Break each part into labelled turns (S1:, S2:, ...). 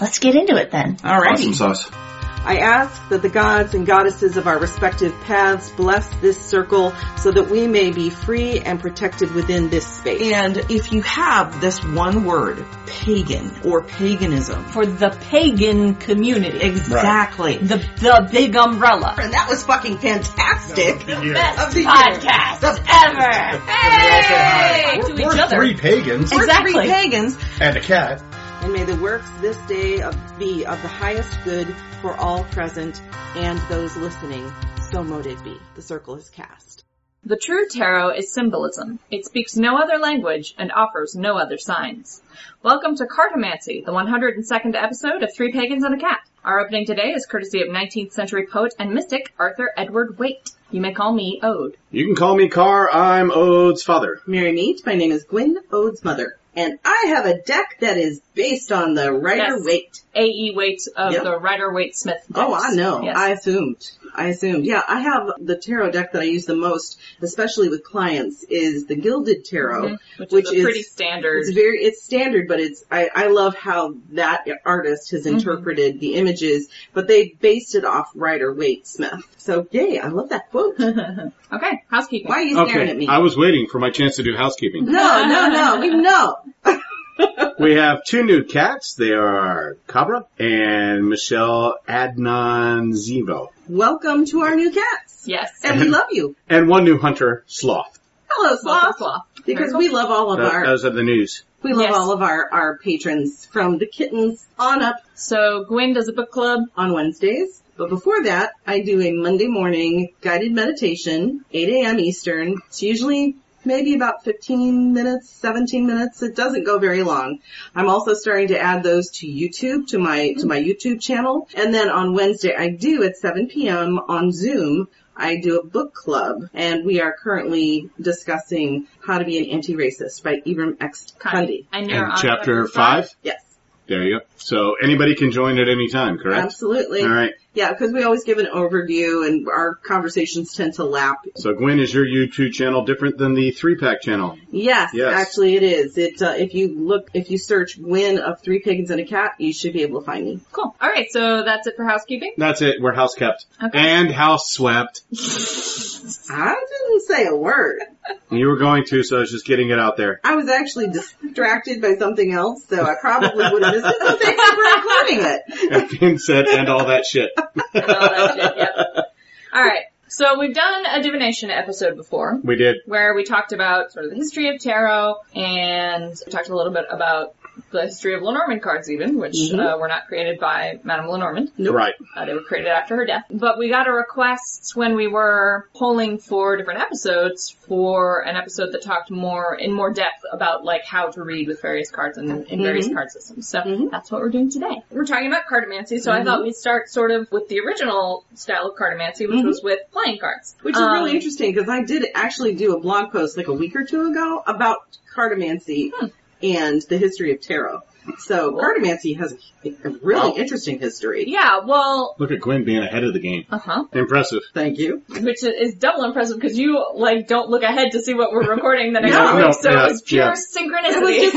S1: Let's get into it then.
S2: Alrighty.
S3: Awesome sauce.
S4: I ask that the gods and goddesses of our respective paths bless this circle so that we may be free and protected within this space.
S2: And if you have this one word, pagan or paganism,
S5: for the pagan community.
S2: exactly.
S5: The, the big umbrella.
S2: And that was fucking fantastic.
S5: Best
S2: Of the year.
S5: podcast ever. Hey! To each
S6: We're
S5: other.
S6: three pagans
S2: We're
S5: Exactly.
S2: three pagans.
S6: and a cat.
S4: And may the works this day of be of the highest good for all present and those listening. So mote it be. The circle is cast.
S7: The true tarot is symbolism. It speaks no other language and offers no other signs. Welcome to Cartomancy, the 102nd episode of Three Pagans and a Cat. Our opening today is courtesy of 19th century poet and mystic Arthur Edward Waite. You may call me Ode.
S3: You can call me Carr. I'm Ode's father.
S4: Mary Meach, my name is Gwyn Ode's mother. And I have a deck that is based on the writer
S7: Yes.
S4: weight.
S5: E
S7: A.E. Waite
S5: uh,
S7: of
S4: Yep.
S7: the Rider Waite Smith.
S4: Oh, I
S7: decks.
S4: know.
S7: Yes.
S4: I assumed. I assumed. Yeah, I have the tarot deck that I use the most, especially with clients, is the Gilded Tarot.
S7: Mhm. Which,
S4: which
S7: is, a
S4: is-
S7: pretty standard.
S4: It's very, it's standard, but it's, I, I love how that artist has
S7: Mm-hmm.
S4: interpreted the images, but they based it off Rider Waite Smith. So yay, I love that quote.
S7: Okay, housekeeping.
S4: Why are you staring at
S3: Okay,
S4: me?
S3: I was waiting for my chance to do housekeeping.
S4: no, no, no, we know.
S3: We have two new cats. They are Cabra and Michelle Adnan Zivo.
S4: Welcome to our new cats.
S7: Yes.
S4: And we love you.
S3: And one new hunter, Sloth.
S4: Hello,
S7: Welcome,
S4: Sloth.
S7: Sloth.
S4: Because we love all of
S3: That,
S4: our,
S3: those are the news.
S4: we love
S7: Yes.
S4: all of our, our patrons from the kittens on up
S7: So Gwen does a book club.
S4: on Wednesdays. But before that, I do a Monday morning guided meditation, 8 a.m. Eastern. It's usually maybe about 15 minutes, 17 minutes. It doesn't go very long. I'm also starting to add those to YouTube, to my, to my YouTube channel. And then on Wednesday, I do at 7 p.m. on Zoom, I do a book club and we are currently discussing How to Be an Anti-Racist by Ibram X. Kendi.
S7: And you're
S3: And
S7: on
S3: chapter five.
S4: Yes,
S3: There you go. So anybody can join at any time, correct?
S4: absolutely.
S3: All right.
S4: Yeah, because we always give an overview and our conversations tend to lap.
S3: So Gwen, is your YouTube channel different than the three pack channel?
S4: Yes,
S3: Yes.
S4: actually it is. It, uh, if you look, if you search Gwen of Three Pagans and a Cat, you should be able to find me.
S7: Cool. All right, so that's it for housekeeping.
S3: That's it. We're house kept
S7: Okay.
S3: and house swept.
S4: I didn't say a word.
S3: You were going to, so I was just getting it out there.
S4: I was actually distracted by something else, so I probably would have missed it. So thank you for including it.
S3: And Finn said, and all that shit.
S7: And all that shit, yep. All right. So we've done a divination episode before
S3: We did.
S7: where we talked about sort of the history of tarot and we talked a little bit about the history of Lenormand cards even, which
S4: Mhm.
S7: uh, were not created by Madame Lenormand.
S3: Right.
S7: Uh, they were created after her death. But we got a request when we were polling for different episodes for an episode that talked more in more depth about like how to read with various cards and in various card systems. So
S4: Mhm.
S7: that's what we're doing today. We're talking about cartomancy, so I thought we'd start sort of with the original style of cartomancy, which
S4: Mhm.
S7: was with playing cards,
S4: Which is
S7: Um,
S4: really interesting because I did actually do a blog post like a week or two ago about cartomancy
S7: Hmm.
S4: and the history of tarot. So cartomancy has a, a really
S3: Wow.
S4: interesting history.
S7: Yeah, well,
S3: Look at Gwen being ahead of the game.
S7: uh huh.
S3: Impressive.
S4: Thank you.
S7: Which is double impressive because you like don't look ahead to see what we're recording the next
S4: No,
S7: week,
S3: no,
S7: so
S3: yeah,
S7: it was pure
S3: yeah.
S7: synchronicity.
S4: It was just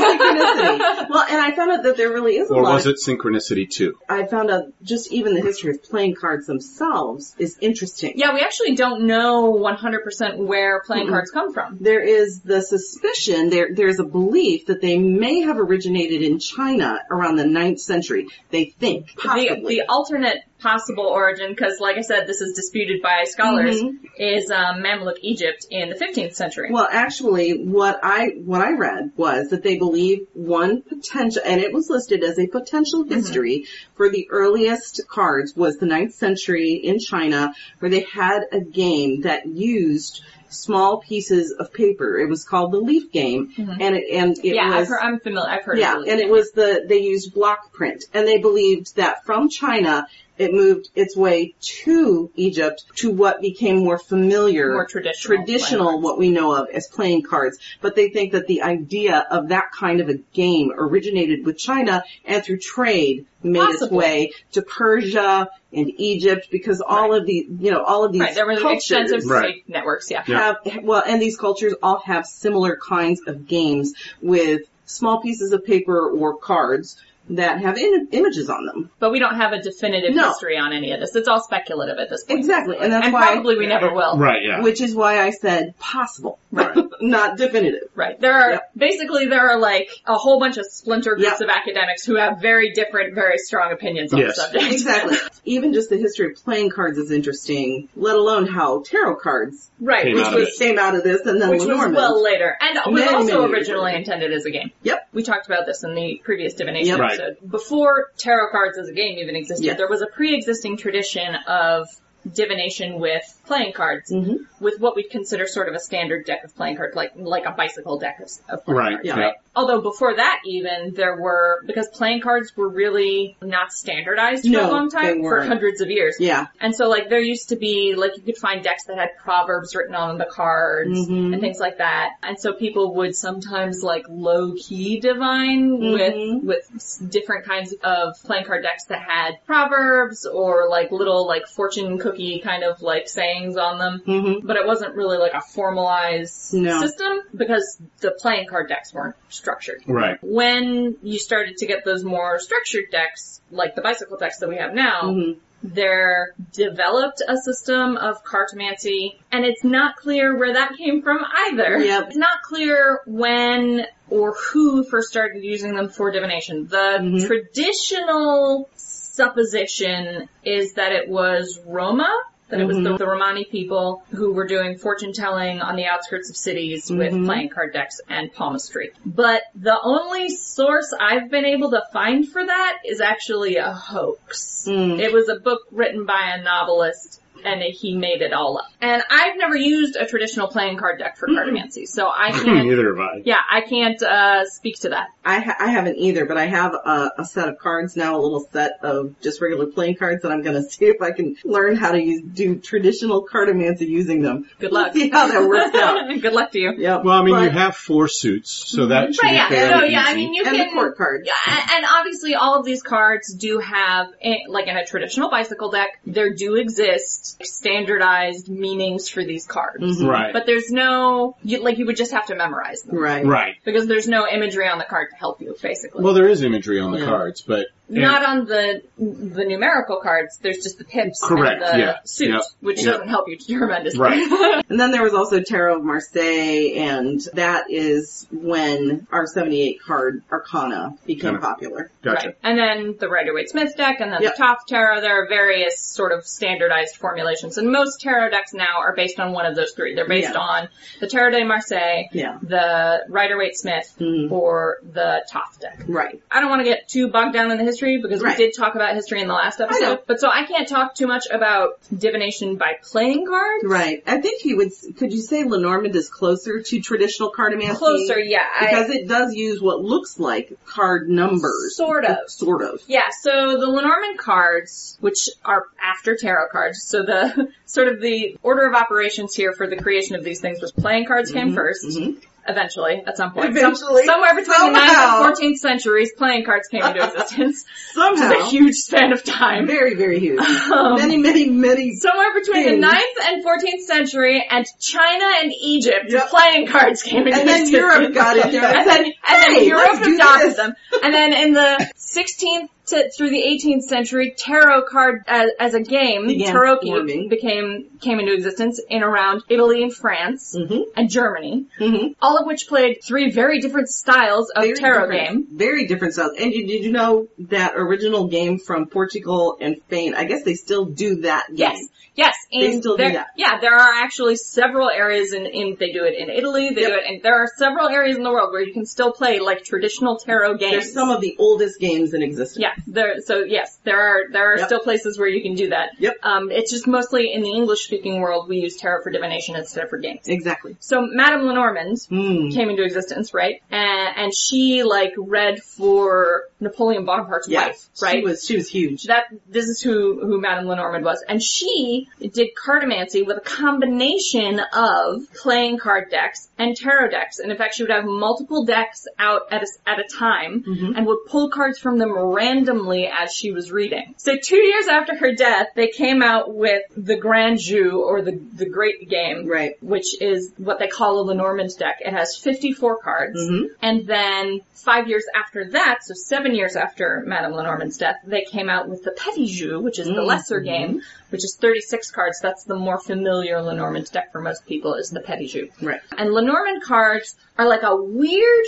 S4: synchronicity. well, and I found out that there really is a
S3: Or
S4: lot.
S3: was it synchronicity too?
S4: I found out just even the history of playing cards themselves is interesting.
S7: Yeah, we actually don't know 100% where playing cards come from.
S4: There is the suspicion, there, there's a belief that they may have originated in China around the 9th century. They think,
S7: The,
S4: possibly.
S7: the alternate possible origin, because like I said, this is disputed by scholars, is um, Mamluk Egypt in the 15th century.
S4: Mm-hmm. Well, actually, what I what I read was that they believe one potential, and it was listed as a potential
S7: Mm-hmm.
S4: history for the earliest cards was the ninth century in China, where they had a game that used small pieces of paper. It was called the leaf game, and it and it
S7: Mm-hmm. yeah, I've
S4: was
S7: heard, I'm familiar. I've heard.
S4: yeah,
S7: of
S4: and it was the they used block print, and they believed that from China. It moved its way to Egypt to what became more familiar,
S7: More traditional
S4: traditional what we know of as playing cards. But they think that the idea of that kind of a game originated with China and through trade made its
S7: Possibly.
S4: way to Persia and Egypt because all of the you know all of these
S7: Right, there were
S4: cultures
S7: extensive
S3: Right.
S7: trade networks. Yeah.
S3: Yeah.
S4: have well, and these cultures all have similar kinds of games with small pieces of paper or cards that have in- images on them.
S7: But we don't have a definitive
S4: No.
S7: history on any of this. It's all speculative at this point.
S4: Exactly, and that's
S7: and
S4: why,
S7: probably we never will.
S3: Right, yeah.
S4: which is why I said possible,
S3: Right.
S4: not definitive.
S7: Right. There are
S4: Yep.
S7: basically there are like a whole bunch of splinter groups
S4: Yep.
S7: of academics who have very different, very strong opinions on
S3: Yes.
S7: the subject.
S4: Exactly. Even just the history of playing cards is interesting, let alone how tarot cards
S7: right.
S3: Came
S7: Which
S3: out of
S7: was
S3: it.
S4: came out of this and then
S7: which was
S4: Lenormand.
S7: well later, and was
S4: Many,
S7: also
S4: many years
S7: originally
S4: later.
S7: intended as a game.
S4: Yep.
S7: We talked about this in the previous divination
S4: Yep.
S3: Right.
S7: episode. Before tarot cards as a game even existed,
S4: Yes.
S7: there was a pre-existing tradition of divination with playing cards,
S4: Mhm.
S7: with what we'd consider sort of a standard deck of playing cards, like like a bicycle deck of, of playing
S3: Right,
S7: cards.
S4: yeah.
S7: Although before that, even there were because playing cards were really not standardized for
S4: No,
S7: a long
S4: they
S7: time for
S4: weren't.
S7: hundreds of years.
S4: Yeah.
S7: And so like there used to be like you could find decks that had proverbs written on the cards
S4: Mhm.
S7: and things like that. And so people would sometimes like low key divine
S4: Mhm.
S7: with with s- different kinds of playing card decks that had proverbs or like little like fortune cookie kind of like sayings on them.
S4: hmm
S7: But it wasn't really like a formalized
S4: No.
S7: system because the playing card decks weren't structured
S3: Right.
S7: when you started to get those more structured decks, like the bicycle decks that we have now,
S4: Mhm.
S7: they're developed a system of cartomancy, and it's not clear where that came from either.
S4: Yep.
S7: It's not clear when or who first started using them for divination. The
S4: Mhm.
S7: traditional supposition is that it was Roma, that it was
S4: Mm-hmm.
S7: the, the Romani people who were doing fortune telling on the outskirts of cities
S4: Mm-hmm.
S7: with playing card decks and palmistry. But the only source I've been able to find for that is actually a hoax.
S4: Mm.
S7: It was a book written by a novelist and he made it all up. And I've never used a traditional playing card deck for
S4: Mm-hmm.
S7: cartomancy, so I can't,
S3: Neither have I.
S7: yeah, I can't, uh, speak to that.
S4: I, ha- I haven't either, but I have a, a set of cards now, a little set of just regular playing cards, and I'm going to see if I can learn how to use, do traditional cardomancy using them.
S7: Good luck.
S4: See how that works out.
S7: Good luck to you.
S4: Yep.
S3: Well, I mean, you
S4: But-
S3: have four suits, so that should
S7: Right,
S3: be
S7: yeah,
S3: fairly
S7: no, yeah, I
S3: easy.
S7: mean, you
S4: and
S7: can,
S4: the court cards.
S7: Yeah, and- and obviously all of these cards do have, eh, like in a traditional bicycle deck, there do exist standardized meanings for these cards.
S4: Mhm.
S3: Right.
S7: But there's no, you, like you would just have to memorize them.
S4: Right.
S3: right.
S7: Because there's no imagery on the card to help you, basically.
S3: Well, there is imagery on the
S4: Yeah.
S3: cards, but
S7: Not on the the numerical cards, there's just the pips
S3: Correct,
S7: and the
S3: yeah,
S7: suit,
S3: yeah,
S7: which
S3: yeah.
S7: doesn't help you tremendously.
S3: Right.
S4: And then there was also Tarot of Marseille, and that is when our 78 card Arcana became
S3: Kinda.
S4: popular.
S3: gotcha.
S7: Right. And then the Rider Waite Smith deck and then
S4: Yep.
S7: the Toth Tarot. There are various sort of standardized formulations. And most tarot decks now are based on one of those three. They're based
S4: Yeah.
S7: on the Tarot de Marseille,
S4: Yeah.
S7: the Rider Waite Smith,
S4: Mhm.
S7: or the Toth deck.
S4: Right.
S7: I don't want to get too bogged down in the history because
S4: Right.
S7: we did talk about history in the last episode.
S4: know.
S7: But so I can't talk too much about divination by playing cards.
S4: Right. I think you would, could you say Lenormand is closer to traditional cardomancy?
S7: Closer, yeah. I-
S4: Because it does use what looks like card numbers.
S7: Sort of.
S4: Sort of.
S7: Yeah, so the Lenormand cards, which are after tarot cards, so the sort of the order of operations here for the creation of these things was playing cards came 1st eventually, at some point. Some-
S4: Eventually. Oh,
S7: somewhere between the 9th
S4: Somehow.
S7: and 14th centuries, playing cards came into existence. Which is a
S4: Somehow.
S7: huge span of time.
S4: Very, very huge.
S7: Um,
S4: many, many, many.
S7: Somewhere between
S4: Huge.
S7: the 9th and 14th century and China and Egypt,
S4: Yep.
S7: playing cards came into
S4: And then
S7: existence.
S4: Europe got in there and
S7: And then,
S4: said,
S7: and then
S4: "Hey,
S7: Europe
S4: let's do
S7: adopted
S4: this."
S7: them. And then in the 16th to, through the 18th century, tarot card as, as a game,
S4: Began
S7: Taroki
S4: forming.
S7: became came into existence in around Italy and France
S4: Mhm.
S7: and Germany,
S4: Mhm.
S7: all of which played three very different styles of
S4: Very
S7: Mm-hmm. tarot
S4: different-
S7: game.
S4: Very different styles. And you, did you know that original game from Portugal and Spain? I guess they still do that game.
S7: Yes. Yes, and
S4: They still do
S7: there,
S4: that.
S7: yeah, there are actually several areas in, in they do it in Italy, they
S4: Yep.
S7: do it, and there are several areas in the world where you can still play like traditional tarot games.
S4: They're some of the oldest games in existence.
S7: Yeah, there. So yes, there are there are
S4: Yep.
S7: still places where you can do that.
S4: Yep.
S7: Um, it's just mostly in the English speaking world we use tarot for divination instead of for games.
S4: Exactly.
S7: So Madame Lenormand
S4: Hmm.
S7: came into existence, right? And, and she like read for Napoleon Bonaparte's
S4: Yeah.
S7: wife, right?
S4: She was, she was huge.
S7: that this is who who Madame Lenormand was, and she did cartomancy with a combination of playing card decks and tarot decks. And in fact, she would have multiple decks out at a, at a time and would pull cards from them randomly as she was reading. So two years after her death, they came out with the Grand Jeu or the the Great Game,
S4: Right.
S7: Which is what they call a Lenormand deck. It has 54 cards, and then five years after that, so seven seven years after Madame Lenormand's death, they came out with the Petit Jeu, which is the lesser game, which is 36 cards. That's the more familiar Lenormand deck for most people is the Petit Jeu.
S4: Right.
S7: And Lenormand cards are like a weird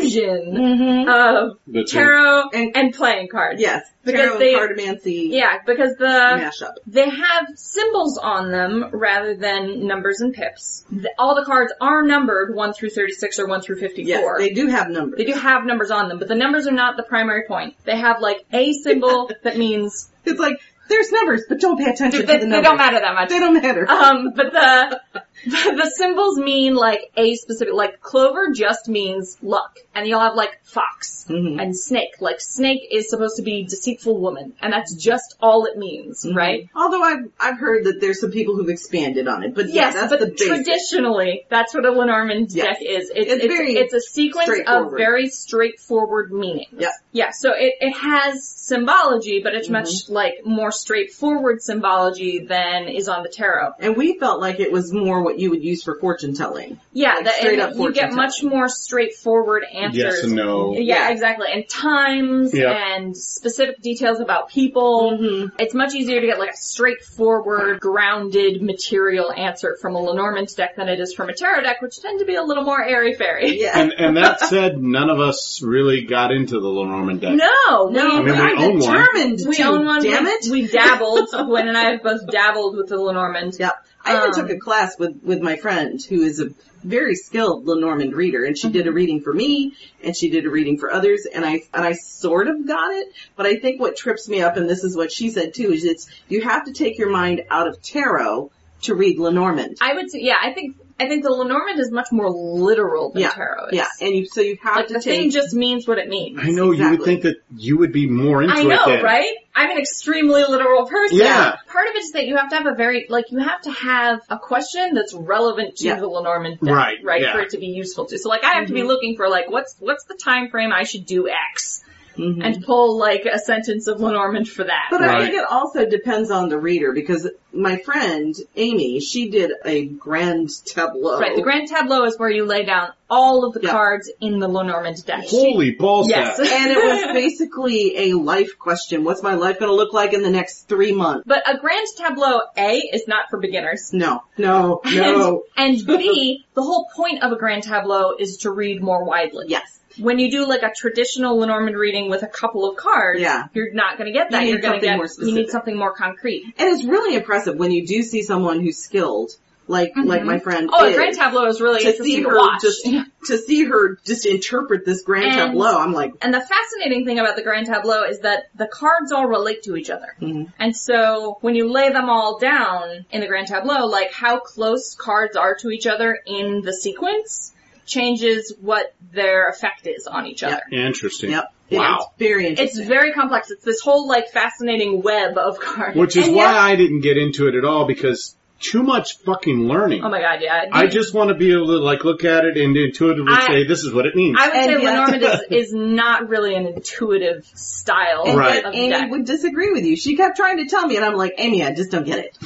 S7: fusion
S4: Mm-hmm.
S7: of
S3: The two.
S7: tarot
S4: And-
S7: and, playing cards.
S4: Yes.
S7: Because
S4: Tarot
S7: they-
S4: and cartomancy
S7: Yeah, because the
S4: mashup.
S7: they have symbols on them rather than numbers and pips. The, all the cards are numbered 1 through 36 or 1 through 54.
S4: Yes, they do have numbers.
S7: They do have numbers on them, but the numbers are not the primary point. They have like a symbol that means
S4: It's like there's numbers, but don't pay
S7: they,
S4: attention to the
S7: they
S4: numbers.
S7: don't matter that much.
S4: They don't matter.
S7: Um, but the the symbols mean like a specific like clover just means luck, and you'll have like fox
S4: Mhm.
S7: and snake. Like snake is supposed to be deceitful woman, and that's just all it means,
S4: Mm-hmm.
S7: right?
S4: Although I've I've heard that there's some people who've expanded on it, but
S7: Yes,
S4: yeah, that's
S7: but
S4: the basic.
S7: traditionally, that's what a Lenormand
S4: Yes.
S7: deck is. It's,
S4: It's
S7: it's, it's,
S4: very
S7: a sequence of
S4: straightforward.
S7: very straightforward meanings.
S4: Yeah.
S7: Yeah, so it, it has symbology, but it's much
S4: Mm-hmm.
S7: like more straightforward symbology than is on the tarot.
S4: And we felt like it was more what you would use for fortune telling.
S7: Yeah,
S4: Like
S7: that,
S4: straight
S7: and
S4: up
S7: you
S4: fortune
S7: get much more straightforward answers.
S3: Yes and no.
S7: Yeah,
S4: Yeah.
S7: exactly. And times
S3: Yeah.
S7: and specific details about people.
S4: Mhm.
S7: It's much easier to get like a straightforward, grounded, material answer from a Lenormand deck than it is from a tarot deck, which tend to be a little more airy fairy.
S4: Yeah.
S3: And and that said, none of us really got into the Lenormand deck.
S7: No,
S4: no,
S3: I mean, we
S4: I'm
S3: own one.
S4: determined
S7: we, we
S4: to.
S7: own one.
S4: Damn
S7: we,
S4: it!
S7: we dabbled. Gwen and I have both dabbled with the Lenormand.
S4: Yeah. I even
S7: Um,
S4: took a class with, with my friend who is a very skilled Lenormand reader and she did a
S7: Mm-hmm.
S4: reading for me and she did a reading for others and I, and I sort of got it, but I think what trips me up and this is what she said too is it's, you have to take your mind out of tarot to read Lenormand.
S7: I would say, yeah, I think, I think the Lenormand is much more literal than
S4: Yeah,
S7: tarot is.
S4: Yeah. And you, so you have
S7: Like
S4: to
S7: the
S4: take,
S7: thing just means what it means.
S3: I know you would
S4: Exactly.
S3: think that you would be more into
S7: I
S3: it
S7: know,
S3: then.
S7: right? I'm an extremely literal person.
S3: Yeah.
S7: Part of it is that you have to have a very, like, you have to have a question that's relevant to
S4: Yeah. Mm-hmm.
S7: the Lenormand deck,
S3: Right,
S7: Right,
S3: yeah.
S7: for it to be useful to. So, like, I have to be looking for, like, what's what's the time frame I should do X,
S3: Mm-hmm.
S4: Mhm.
S7: and pull like a sentence of Lenormand for that.
S4: But uh, I
S3: Right.
S4: think it also depends on the reader because my friend Amy, she did a grand tableau.
S7: Right, the grand tableau is where you lay down all of the
S4: Yeah.
S7: cards in the Lenormand deck.
S3: Holy ballsack.
S7: Yes.
S4: and it was basically a life question. What's my life going to look like in the next three months?
S7: But a grand tableau A is not for beginners.
S4: No, no, no.
S7: And, and B, the whole point of a grand tableau is to read more widely.
S4: yes.
S7: When you do like a traditional Lenormand reading with a couple of cards,
S4: Yeah.
S7: you're not going to get that.
S4: You need
S7: are going to
S4: something
S7: get
S4: more
S7: you need
S4: specific.
S7: something more concrete.
S4: And it's really impressive when you do see someone who's skilled, like, like my friend
S7: Oh,
S4: is,
S7: a grand tableau is really
S4: to see
S7: interesting to
S4: her
S7: watch.
S4: just, to see her just interpret this grand
S7: And-
S4: tableau, I'm like,
S7: And the fascinating thing about the grand tableau is that the cards all relate to each other.
S4: Mhm.
S7: And so when you lay them all down in the grand tableau, like how close cards are to each other in the sequence changes what their effect is on each other.
S3: Interesting.
S4: yep.
S3: Wow.
S4: It's very
S7: It's
S4: interesting.
S7: very complex. It's this whole like fascinating web of cards.
S3: Which is
S4: And
S3: why
S4: yet-
S3: I didn't get into it at all because too much fucking learning.
S7: oh my god, yeah.
S3: I just want to be able to like look at it and intuitively
S7: I-
S3: say this is what it means.
S7: I would
S4: and
S7: say
S4: yet-
S7: Lenormand is, is not really an intuitive style
S4: and
S3: Right.
S4: yet
S7: of
S4: Amy
S7: deck.
S4: would disagree with you. She kept trying to tell me, and I'm like, Amy, I just don't get it.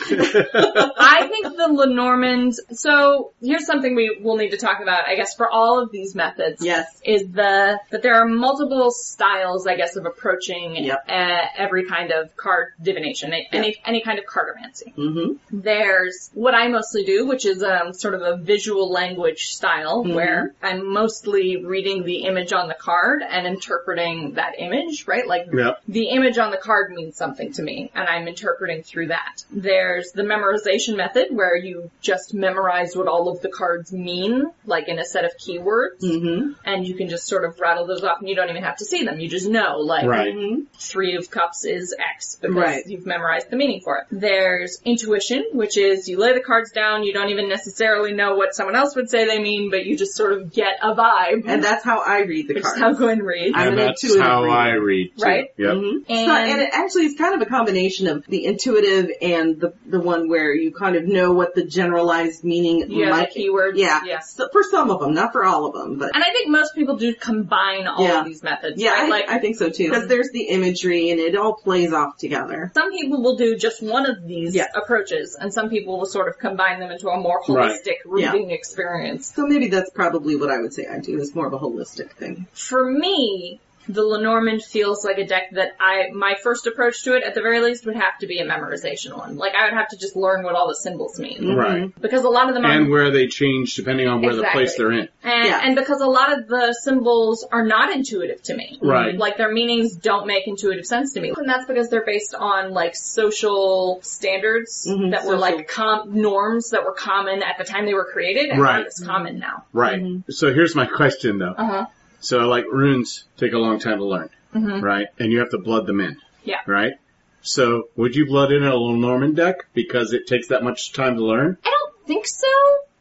S7: I think the Lenormand. So here's something we will need to talk about, I guess, for all of these methods.
S4: Yes.
S7: Is the that there are multiple styles, I guess, of approaching
S4: Yep.
S7: uh, every kind of card divination, any any kind of cardomancy.
S4: Mm-hmm.
S7: There's what I mostly do, which is um, sort of a visual language style where I'm mostly reading the image on the card and interpreting that image, right? Like
S3: Yep.
S7: the image on the card means something to me and I'm interpreting through that. There's the memorization method where you just memorize what all of the cards mean, like in a set of keywords,
S4: Mm-hmm.
S7: and you can just sort of rattle those off and you don't even have to see them. You just know, like,
S3: Right.
S7: three of cups is X because
S4: Right.
S7: you've memorized the meaning for it. There's intuition, which is you lay the cards down, you don't even necessarily know what someone else would say they mean, but you just sort of get a vibe.
S4: And that's how I read the
S7: which is
S4: cards.
S7: how Gwen reads.
S4: I'm
S3: and
S4: an
S3: that's
S4: intuitive
S3: how
S4: reader.
S3: I read. Too.
S7: Right?
S3: Yep.
S4: Mhm. So-
S7: And-
S4: And, it actually is kind of a combination of the intuitive and the the one where you kind of know what the generalized meaning
S7: You have
S4: might
S7: the keywords.
S4: Yeah.
S7: Yeah.
S4: So for some of them, not for all of them, but
S7: And I think most people do combine all
S4: Yeah.
S7: of these methods.
S4: yeah,
S7: right?
S4: I,
S7: like
S4: I think so too. Because there's the imagery and it all plays off together.
S7: some people will do just one of these
S4: Yeah.
S7: approaches, and some people will sort of combine them into a more
S3: Right.
S7: holistic reading experience.
S4: So maybe that's probably what I would say I do is more of a holistic thing.
S7: For me, the Lenormand feels like a deck that I, my first approach to it at the very least would have to be a memorization one. Like I would have to just learn what all the symbols mean.
S4: Mm-hmm.
S3: Right.
S7: Because a lot of them are
S3: And where they change depending on where
S7: Exactly.
S3: the place they're in.
S7: And,
S4: Yeah.
S7: and because a lot of the symbols are not intuitive to me.
S3: Right.
S7: Like their meanings don't make intuitive sense to me. And that's because they're based on like social standards
S3: Mm-hmm.
S4: Mhm,
S7: that were
S4: social.
S7: like com- norms that were common at the time they were created and
S3: Right.
S7: aren't as common now.
S3: Right.
S4: Mm-hmm.
S3: So here's my question
S4: Uh-huh.
S3: though.
S7: Uh huh.
S3: So like runes take a long time to learn,
S4: Mm-hmm.
S7: Mhm.
S3: right? And you have to blood them in.
S7: Yeah.
S3: Right? So would you blood in a Lenormand deck because it takes that much time to learn?
S7: I don't think so.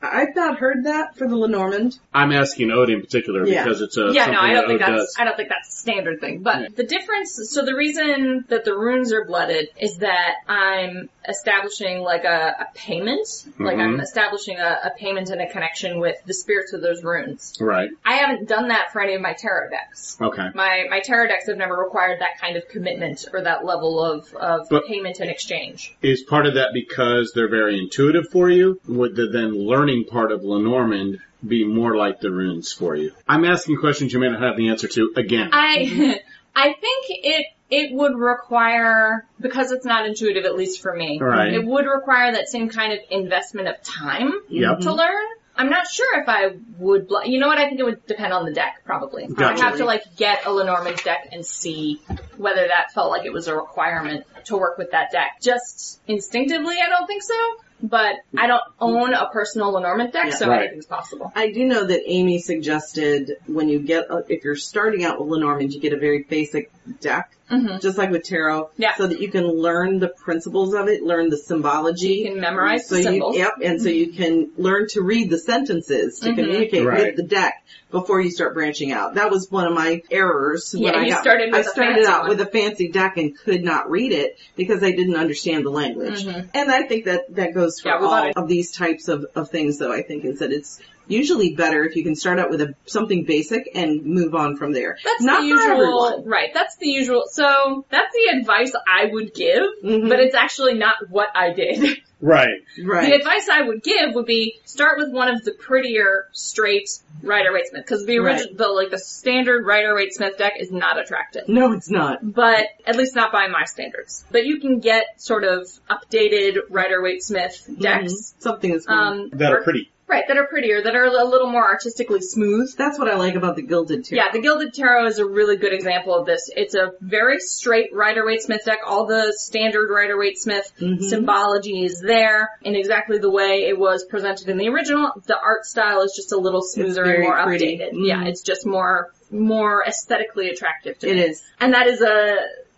S4: I've not heard that for the Lenormand.
S3: I'm asking Ode in particular
S4: Yeah.
S3: because it's a
S7: yeah,
S3: something
S7: no, I
S3: that
S7: don't think
S3: Ode
S7: that's
S3: does.
S7: I don't think that's a standard thing. But
S3: Yeah.
S7: the difference so the reason that the runes are blooded is that I'm establishing like a, a payment. Like I'm
S3: Mhm.
S7: establishing a, a payment and a connection with the spirits of those runes.
S3: Right.
S7: I haven't done that for any of my tarot decks.
S3: Okay.
S7: My my tarot decks have never required that kind of commitment or that level of, of
S3: But-
S7: payment and exchange.
S3: Is part of that because they're very intuitive for you? Would the then learning part of Lenormand be more like the runes for you? I'm asking questions you may not have the answer to again.
S7: I I think it it would require because it's not intuitive at least for me.
S3: Right.
S7: It would require that same kind of investment of time
S3: Yep.
S7: to learn. I'm not sure if I would. Bl- you know what? I think it would depend on the deck probably.
S3: Gotcha.
S7: I'd have to like get a Lenormand deck and see whether that felt like it was a requirement to work with that deck. Just instinctively, I don't think so. But I don't own a personal Lenormand deck,
S4: Yeah.
S7: so
S3: Right.
S7: anything's possible.
S4: I do know that Amy suggested when you get, a, if you're starting out with Lenormand, you get a very basic deck,
S7: Mhm.
S4: just like with tarot,
S7: Yeah.
S4: so that you can learn the principles of it, learn the symbology.
S7: You can memorize
S4: so
S7: the
S4: you,
S7: symbols.
S4: yep, and so you can learn to read the sentences to
S7: Mhm.
S4: communicate
S3: Right.
S4: with the deck before you start branching out. That was one of my errors. when
S7: Yeah,
S4: I
S7: you
S4: got-
S7: started with
S4: I
S7: a
S4: started
S7: fancy
S4: out
S7: one.
S4: with a fancy deck and could not read it because I didn't understand the language.
S7: Mhm.
S4: And I think that that goes for
S7: Yeah, we
S4: all
S7: wanted-
S4: of these types of, of things though, I think, is that it's usually better if you can start out with a, something basic and move on from there.
S7: That's
S4: not
S7: the
S4: for
S7: usual,
S4: everyone.
S7: right? That's the usual. So that's the advice I would give,
S4: Mhm.
S7: but it's actually not what I did.
S3: right.
S4: Right.
S7: The advice I would give would be start with one of the prettier straight Rider Waite because the original, the like the standard Rider Waite Smith deck is not attractive.
S4: No, it's not.
S7: But at least not by my standards. But you can get sort of updated Rider Waite Smith decks.
S4: Mhm. Something is going
S7: Um,
S3: That
S7: or-
S3: are pretty.
S7: Right, that are prettier, that are a little more artistically smooth.
S4: That's what I like about the Gilded Tarot.
S7: Yeah, the Gilded Tarot is a really good example of this. It's a very straight Rider Waite Smith deck. All the standard Rider Waite Smith
S4: Mhm.
S7: symbology is there in exactly the way it was presented in the original. The art style is just a little smoother and
S4: very
S7: more
S4: pretty.
S7: updated.
S4: Mhm.
S7: Yeah, it's just more more aesthetically attractive to
S4: It
S7: me.
S4: is.
S7: And that is a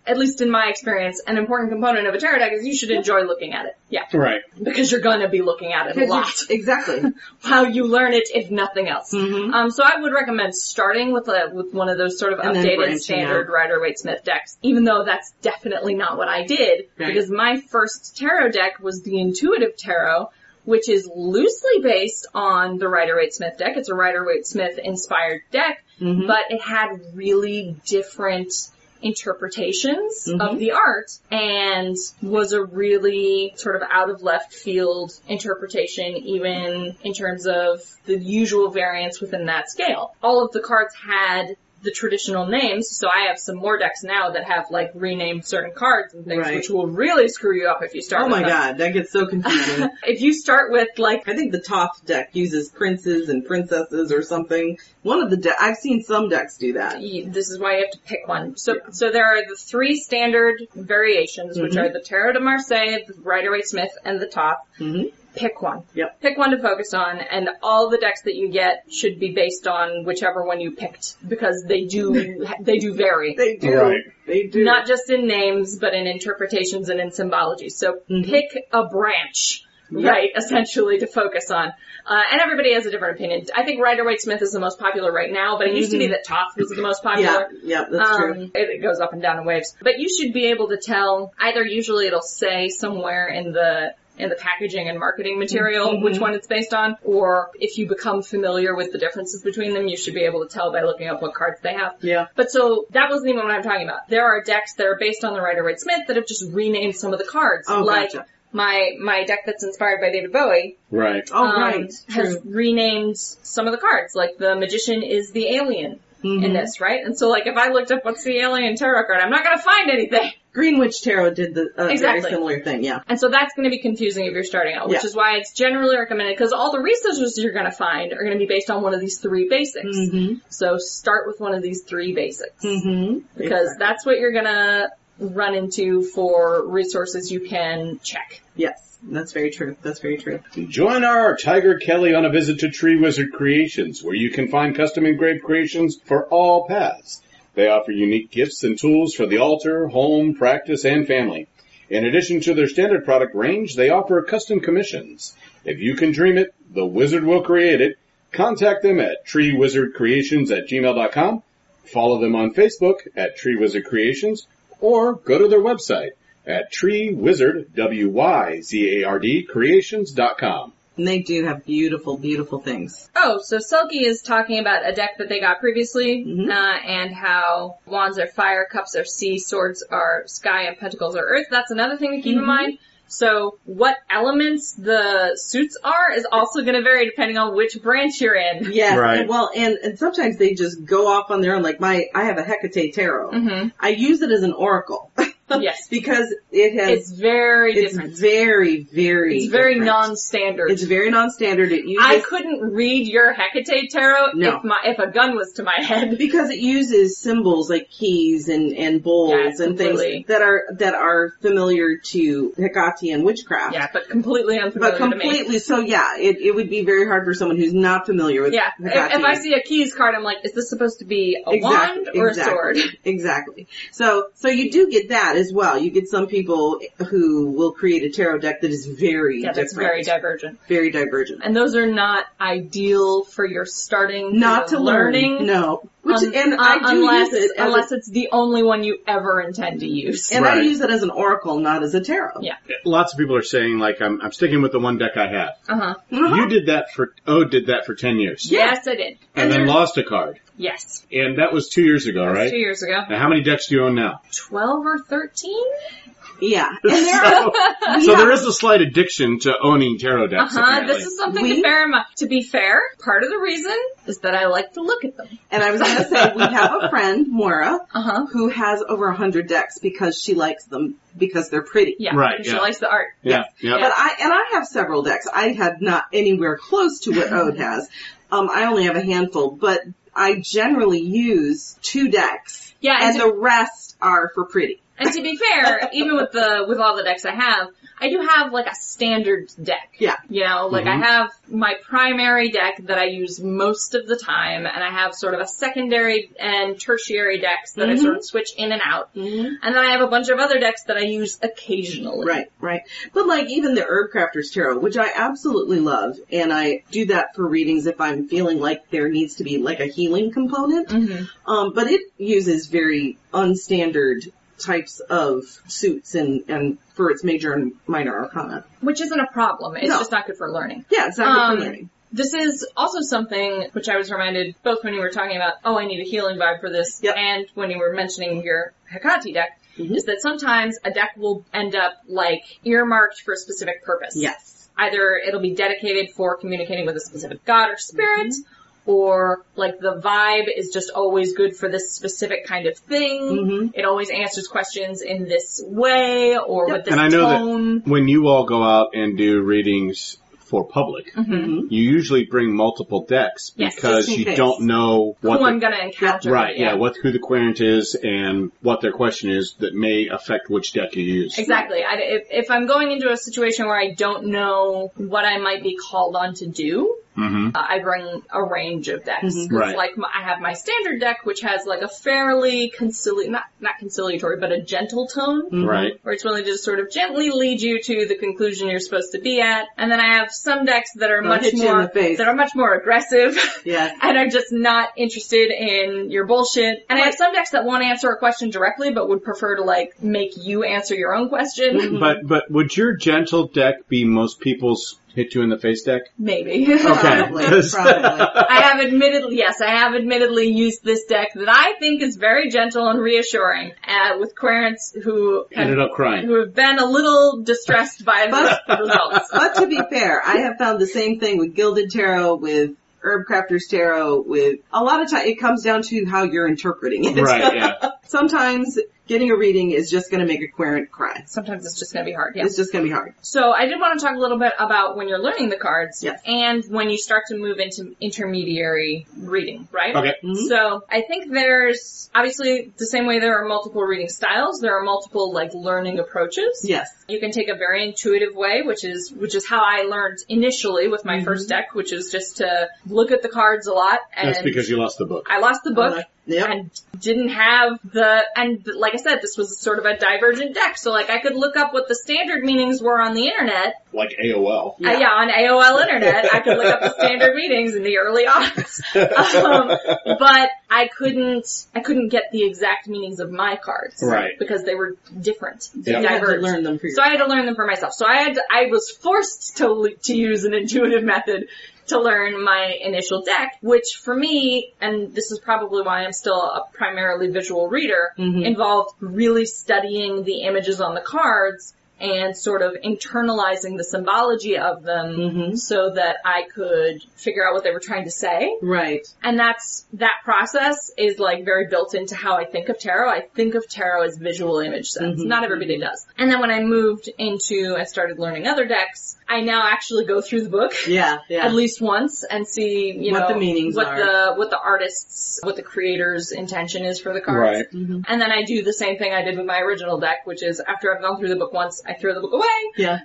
S7: at least in my experience, an important component of a tarot deck is you should enjoy looking at it. Yeah.
S3: Right.
S7: Because you're gonna be looking at it a
S4: Because you-
S7: lot
S4: Exactly.
S7: how you learn it, if nothing else.
S4: Mhm.
S7: Um, so I would recommend starting with a with one of those sort of
S4: And then branching
S7: updated standard
S4: out.
S7: Rider Waite Smith decks, even though that's definitely not what I did,
S4: Right.
S7: because my first tarot deck was the Intuitive Tarot. Which is loosely based on the Rider Waite Smith deck. It's a Rider Waite Smith inspired deck,
S4: Mhm.
S7: but it had really different interpretations of
S4: Mhm.
S7: the art and was a really sort of out of left field interpretation even in terms of the usual variance within that scale. All of the cards had the traditional names, so I have some more decks now that have like renamed certain cards and things
S4: Right.
S7: which will really screw you up if you start
S4: Oh
S7: with
S4: my
S7: them.
S4: god, that gets so confusing.
S7: If you start with like
S4: I think the Toth deck uses princes and princesses or something. One of the de- I've seen some decks do that.
S7: you- this is why you have to pick one. So, so there are the three standard variations, which
S4: Mhm.
S7: are the Tarot de Marseille, the Rider Waite Smith, and the Top.
S4: Mhm.
S7: Pick one.
S4: Yep.
S7: Pick one to focus on, and all the decks that you get should be based on whichever one you picked because they do they do vary.
S4: They do.
S3: Right.
S4: They do.
S7: Not just in names, but in interpretations and in symbology. So
S4: Mhm.
S7: pick a branch,
S4: Yep.
S7: right, essentially to focus on. Uh, and everybody has a different opinion. I think Rider Waite Smith is the most popular right now, but it used to be that Toth was the most
S4: Mm-hmm. yeah,
S7: popular.
S4: yeah, that's
S7: Um,
S4: true.
S7: It, it goes up and down in waves. But you should be able to tell either usually it'll say somewhere in the in the packaging and marketing material
S4: Mm-hmm.
S7: which one it's based on, or if you become familiar with the differences between them, you should be able to tell by looking up what cards they have.
S4: Yeah.
S7: But so that wasn't even what I'm talking about. There are decks that are based on the Rider Waite Smith that have just renamed some of the cards.
S4: Oh,
S7: like
S4: gotcha.
S7: my my deck that's inspired by David Bowie
S3: Right.
S4: Oh
S7: um,
S4: right, true.
S7: has renamed some of the cards. Like the magician is the alien.
S4: Mm-hmm.
S7: in this, right? And so, like, if I looked up what's the alien tarot card, I'm not going to find anything.
S4: Greenwich Tarot did the uh, very
S7: Exactly.
S4: similar thing, yeah.
S7: And so that's going to be confusing if you're starting out, which
S4: Yeah.
S7: is why it's generally recommended because all the resources you're going to find are going to be based on one of these three basics.
S4: Mhm.
S7: So start with one of these three basics
S4: Mm-hmm.
S7: because that's what you're going to run into for resources you can check.
S4: yes, that's very true. That's very true.
S3: Join our Tiger Kelly on a visit to Tree Wizard Creations, where you can find custom engraved creations for all paths. They offer unique gifts and tools for the altar, home, practice, and family. In addition to their standard product range, they offer custom commissions. If you can dream it, the wizard will create it. Contact them at treewizardcreations at gmail.com, follow them on Facebook at Tree Wizard Creations, or go to their website at treewizard, W-Y-Z-A-R-D, creations.com.
S4: And they do have beautiful, beautiful things.
S7: Oh, so Selkie is talking about a deck that they got previously,
S4: Mhm.
S7: uh, and how wands are fire, cups are sea, swords are sky, and pentacles are earth. That's another thing to keep in
S4: Mm-hmm.
S7: mind. So what elements the suits are is also going to vary depending on which branch you're in.
S4: Yes,
S3: Right.
S4: and well, and, and sometimes they just go off on their own. Like my, I have a Hecate Tarot.
S7: Mm-hmm.
S4: I use it as an oracle.
S7: Yes.
S4: because it has,
S7: It's very
S4: it's
S7: different.
S4: very, very,
S7: It's very
S4: different.
S7: non-standard.
S4: It's very non-standard. It uses
S7: I couldn't read your Hecate tarot
S4: No.
S7: if my if a gun was to my head.
S4: because it uses symbols like keys and and bowls
S7: Yeah,
S4: and things
S7: completely.
S4: that are that are familiar to Hecate and witchcraft.
S7: Yeah, but completely unfamiliar
S4: But
S7: to me.
S4: completely, so yeah, it, it would be very hard for someone who's not familiar with
S7: Yeah,
S4: Hecate.
S7: if, if I see a keys card, I'm like, is this supposed to be a
S4: Exactly,
S7: wand or
S4: exactly.
S7: a sword?
S4: Exactly. So, so you do get that as well. You get some people who will create a tarot deck that is very
S7: Yeah, that's very
S4: different,
S7: divergent.
S4: very divergent.
S7: And those are not ideal for your starting
S4: Not
S7: your
S4: to
S7: learning.
S4: learn, no. Which
S7: un-
S4: and
S7: uh,
S4: I do
S7: unless
S4: use it as
S7: unless
S4: a,
S7: it's the only one you ever intend to use.
S4: and I
S3: Right.
S4: use it as an oracle, not as a tarot.
S7: Yeah.
S3: Lots of people are saying, like, I'm, I'm sticking with the one deck I have.
S7: Uh huh.
S4: Uh-huh.
S3: You did that for, oh, did that for 10 years.
S7: Yes, I did.
S3: And then
S7: there's-
S3: lost a card.
S7: yes,
S3: And that was two years ago,
S7: That's
S3: right?
S7: two years ago,
S3: Now, how many decks do you own now?
S7: twelve or thirteen.
S4: Yeah.
S3: so,
S4: We
S3: so there
S4: have-
S3: is a slight addiction to owning tarot
S7: Uh
S3: decks,
S7: huh.
S3: apparently.
S7: This is something
S4: We-
S7: to bear in mind. To be fair, part of the reason is that I like to look at them.
S4: And I was going to say, we have a friend, Moira,
S7: Uh huh.
S4: who has over a hundred decks because she likes them because they're pretty.
S7: Yeah.
S3: Right,
S7: She
S3: yeah.
S7: likes the art.
S3: yeah, yeah.
S4: But I, and I have several decks. I had not anywhere close to what Ode has. Um, I only have a handful, but I generally use two decks
S7: Yeah. and
S4: and
S7: to
S4: the rest are for pretty.
S7: And to be fair, even with the with all the decks I have, I do have like a standard deck.
S4: Yeah. Mm-hmm.
S7: You know, like
S3: Mhm.
S7: I have my primary deck that I use most of the time, and I have sort of a secondary and tertiary decks that I
S4: Mhm.
S7: sort of switch in and out,
S4: Mm-hmm.
S7: and then I have a bunch of other decks that I use occasionally.
S4: Right, right. But like even the Herb Crafters Tarot, which I absolutely love, and I do that for readings if I'm feeling like there needs to be like a healing component.
S7: hmm
S4: Um, but it uses very unstandard types of suits and, and for its major and minor arcana.
S7: Which isn't a problem. It's
S4: No.
S7: just not good for learning.
S4: Yeah, it's not good
S7: Um,
S4: for learning.
S7: This is also something which I was reminded both when you were talking about, oh, I need a healing vibe for this,
S4: Yep.
S7: and when you were mentioning your Hecate deck,
S4: Mhm.
S7: is that sometimes a deck will end up like earmarked for a specific purpose.
S4: Yes.
S7: Either it'll be dedicated for communicating with a specific god or spirit,
S4: Mm-hmm.
S7: or like the vibe is just always good for this specific kind of thing.
S4: Mhm.
S7: It always answers questions in this way or
S4: Yep.
S7: with this
S3: And I know that-
S7: tone.
S3: when you all go out and do readings for public,
S7: Mm-hmm.
S4: Mhm.
S3: you usually bring multiple decks
S7: Yes,
S3: because
S4: just in
S3: you
S4: case.
S3: don't know what
S7: who
S3: the
S7: I'm gonna encounter.
S3: Right, yeah. what who the querent is and what their question is that may affect which deck you use.
S7: Exactly. I, if, if I'm going into a situation where I don't know what I might be called on to do,
S3: Mm-hmm.
S7: uh, I bring a range of decks.
S4: Mm-hmm.
S7: 'Cause,
S3: Right.
S7: Like my, I have my standard deck, which has like a fairly concili- not not conciliatory, but a gentle tone.
S4: Mhm.
S3: Right.
S7: Where it's willing to just sort of gently lead you to the conclusion you're supposed to be at, and then I have some decks that are
S4: They'll
S7: much
S4: hit you in
S7: more
S4: the face.
S7: that are much more aggressive,
S4: Yes.
S7: and are just not interested in your bullshit. And I have some decks that won't answer a question directly, but would prefer to like make you answer your
S4: Mm-hmm.
S7: own question.
S3: But but would your gentle deck be most people's hit you in the face deck?
S7: Maybe.
S3: Okay.
S4: Probably.
S3: 'cause-
S4: probably.
S7: I have admittedly, yes, I have admittedly used this deck that I think is very gentle and reassuring uh, with querents who
S3: Ended up crying.
S7: who have been a little distressed by the results.
S4: But to be fair, I have found the same thing with Gilded Tarot, with herb crafters tarot with a lot of time it comes down to how you're interpreting it.
S3: Right, yeah.
S4: Sometimes getting a reading is just going to make a querent cry.
S7: Sometimes it's just going to be hard. Yeah.
S4: It's just going to be hard.
S7: So I did want to talk a little bit about when you're learning the cards
S4: Yes.
S7: and when you start to move into intermediary reading, right?
S3: Okay. Mm-hmm.
S4: Mhm.
S7: So I think there's obviously the same way there are multiple reading styles, there are multiple like learning approaches.
S4: Yes.
S7: You can take a very intuitive way, which is which is how I learned initially with my first deck, which is just to look at the cards a lot and
S3: That's because you lost the book.
S7: I lost the book
S4: Uh, yep.
S7: and didn't have the and like I said, this was sort of a divergent deck, so like I could look up what the standard meanings were on the internet.
S3: Like AOL.
S7: Yeah, uh, yeah on AOL internet, I could look up the standard meanings in the early aughts. Um, but I couldn't I couldn't get the exact meanings of my cards.
S3: Right.
S7: Because they were different. They
S3: Yeah.
S4: You have to
S7: diverged.
S4: learn them for
S7: So I had to learn them for myself. So I had to, I was forced to le- to use an intuitive method to learn my initial deck, which for me, and this is probably why I'm still a primarily visual reader,
S4: Mhm.
S7: involved really studying the images on the cards and sort of internalizing the symbology of them
S4: Mhm.
S7: so that I could figure out what they were trying to say.
S4: Right.
S7: And that's, that process is like very built into how I think of tarot. I think of tarot as visual image sense.
S4: Mhm.
S7: Not everybody does. And then when I moved into and started learning other decks, I now actually go through the book.
S4: Yeah. Yeah.
S7: At least once and see, you
S4: What
S7: know,
S4: the meanings
S7: what
S4: are.
S7: the, what the artist's, what the creator's intention is for the cards.
S3: Right.
S4: Mhm.
S7: And then I do the same thing I did with my original deck, which is after I've gone through the book once, I throw the book away
S4: Yeah.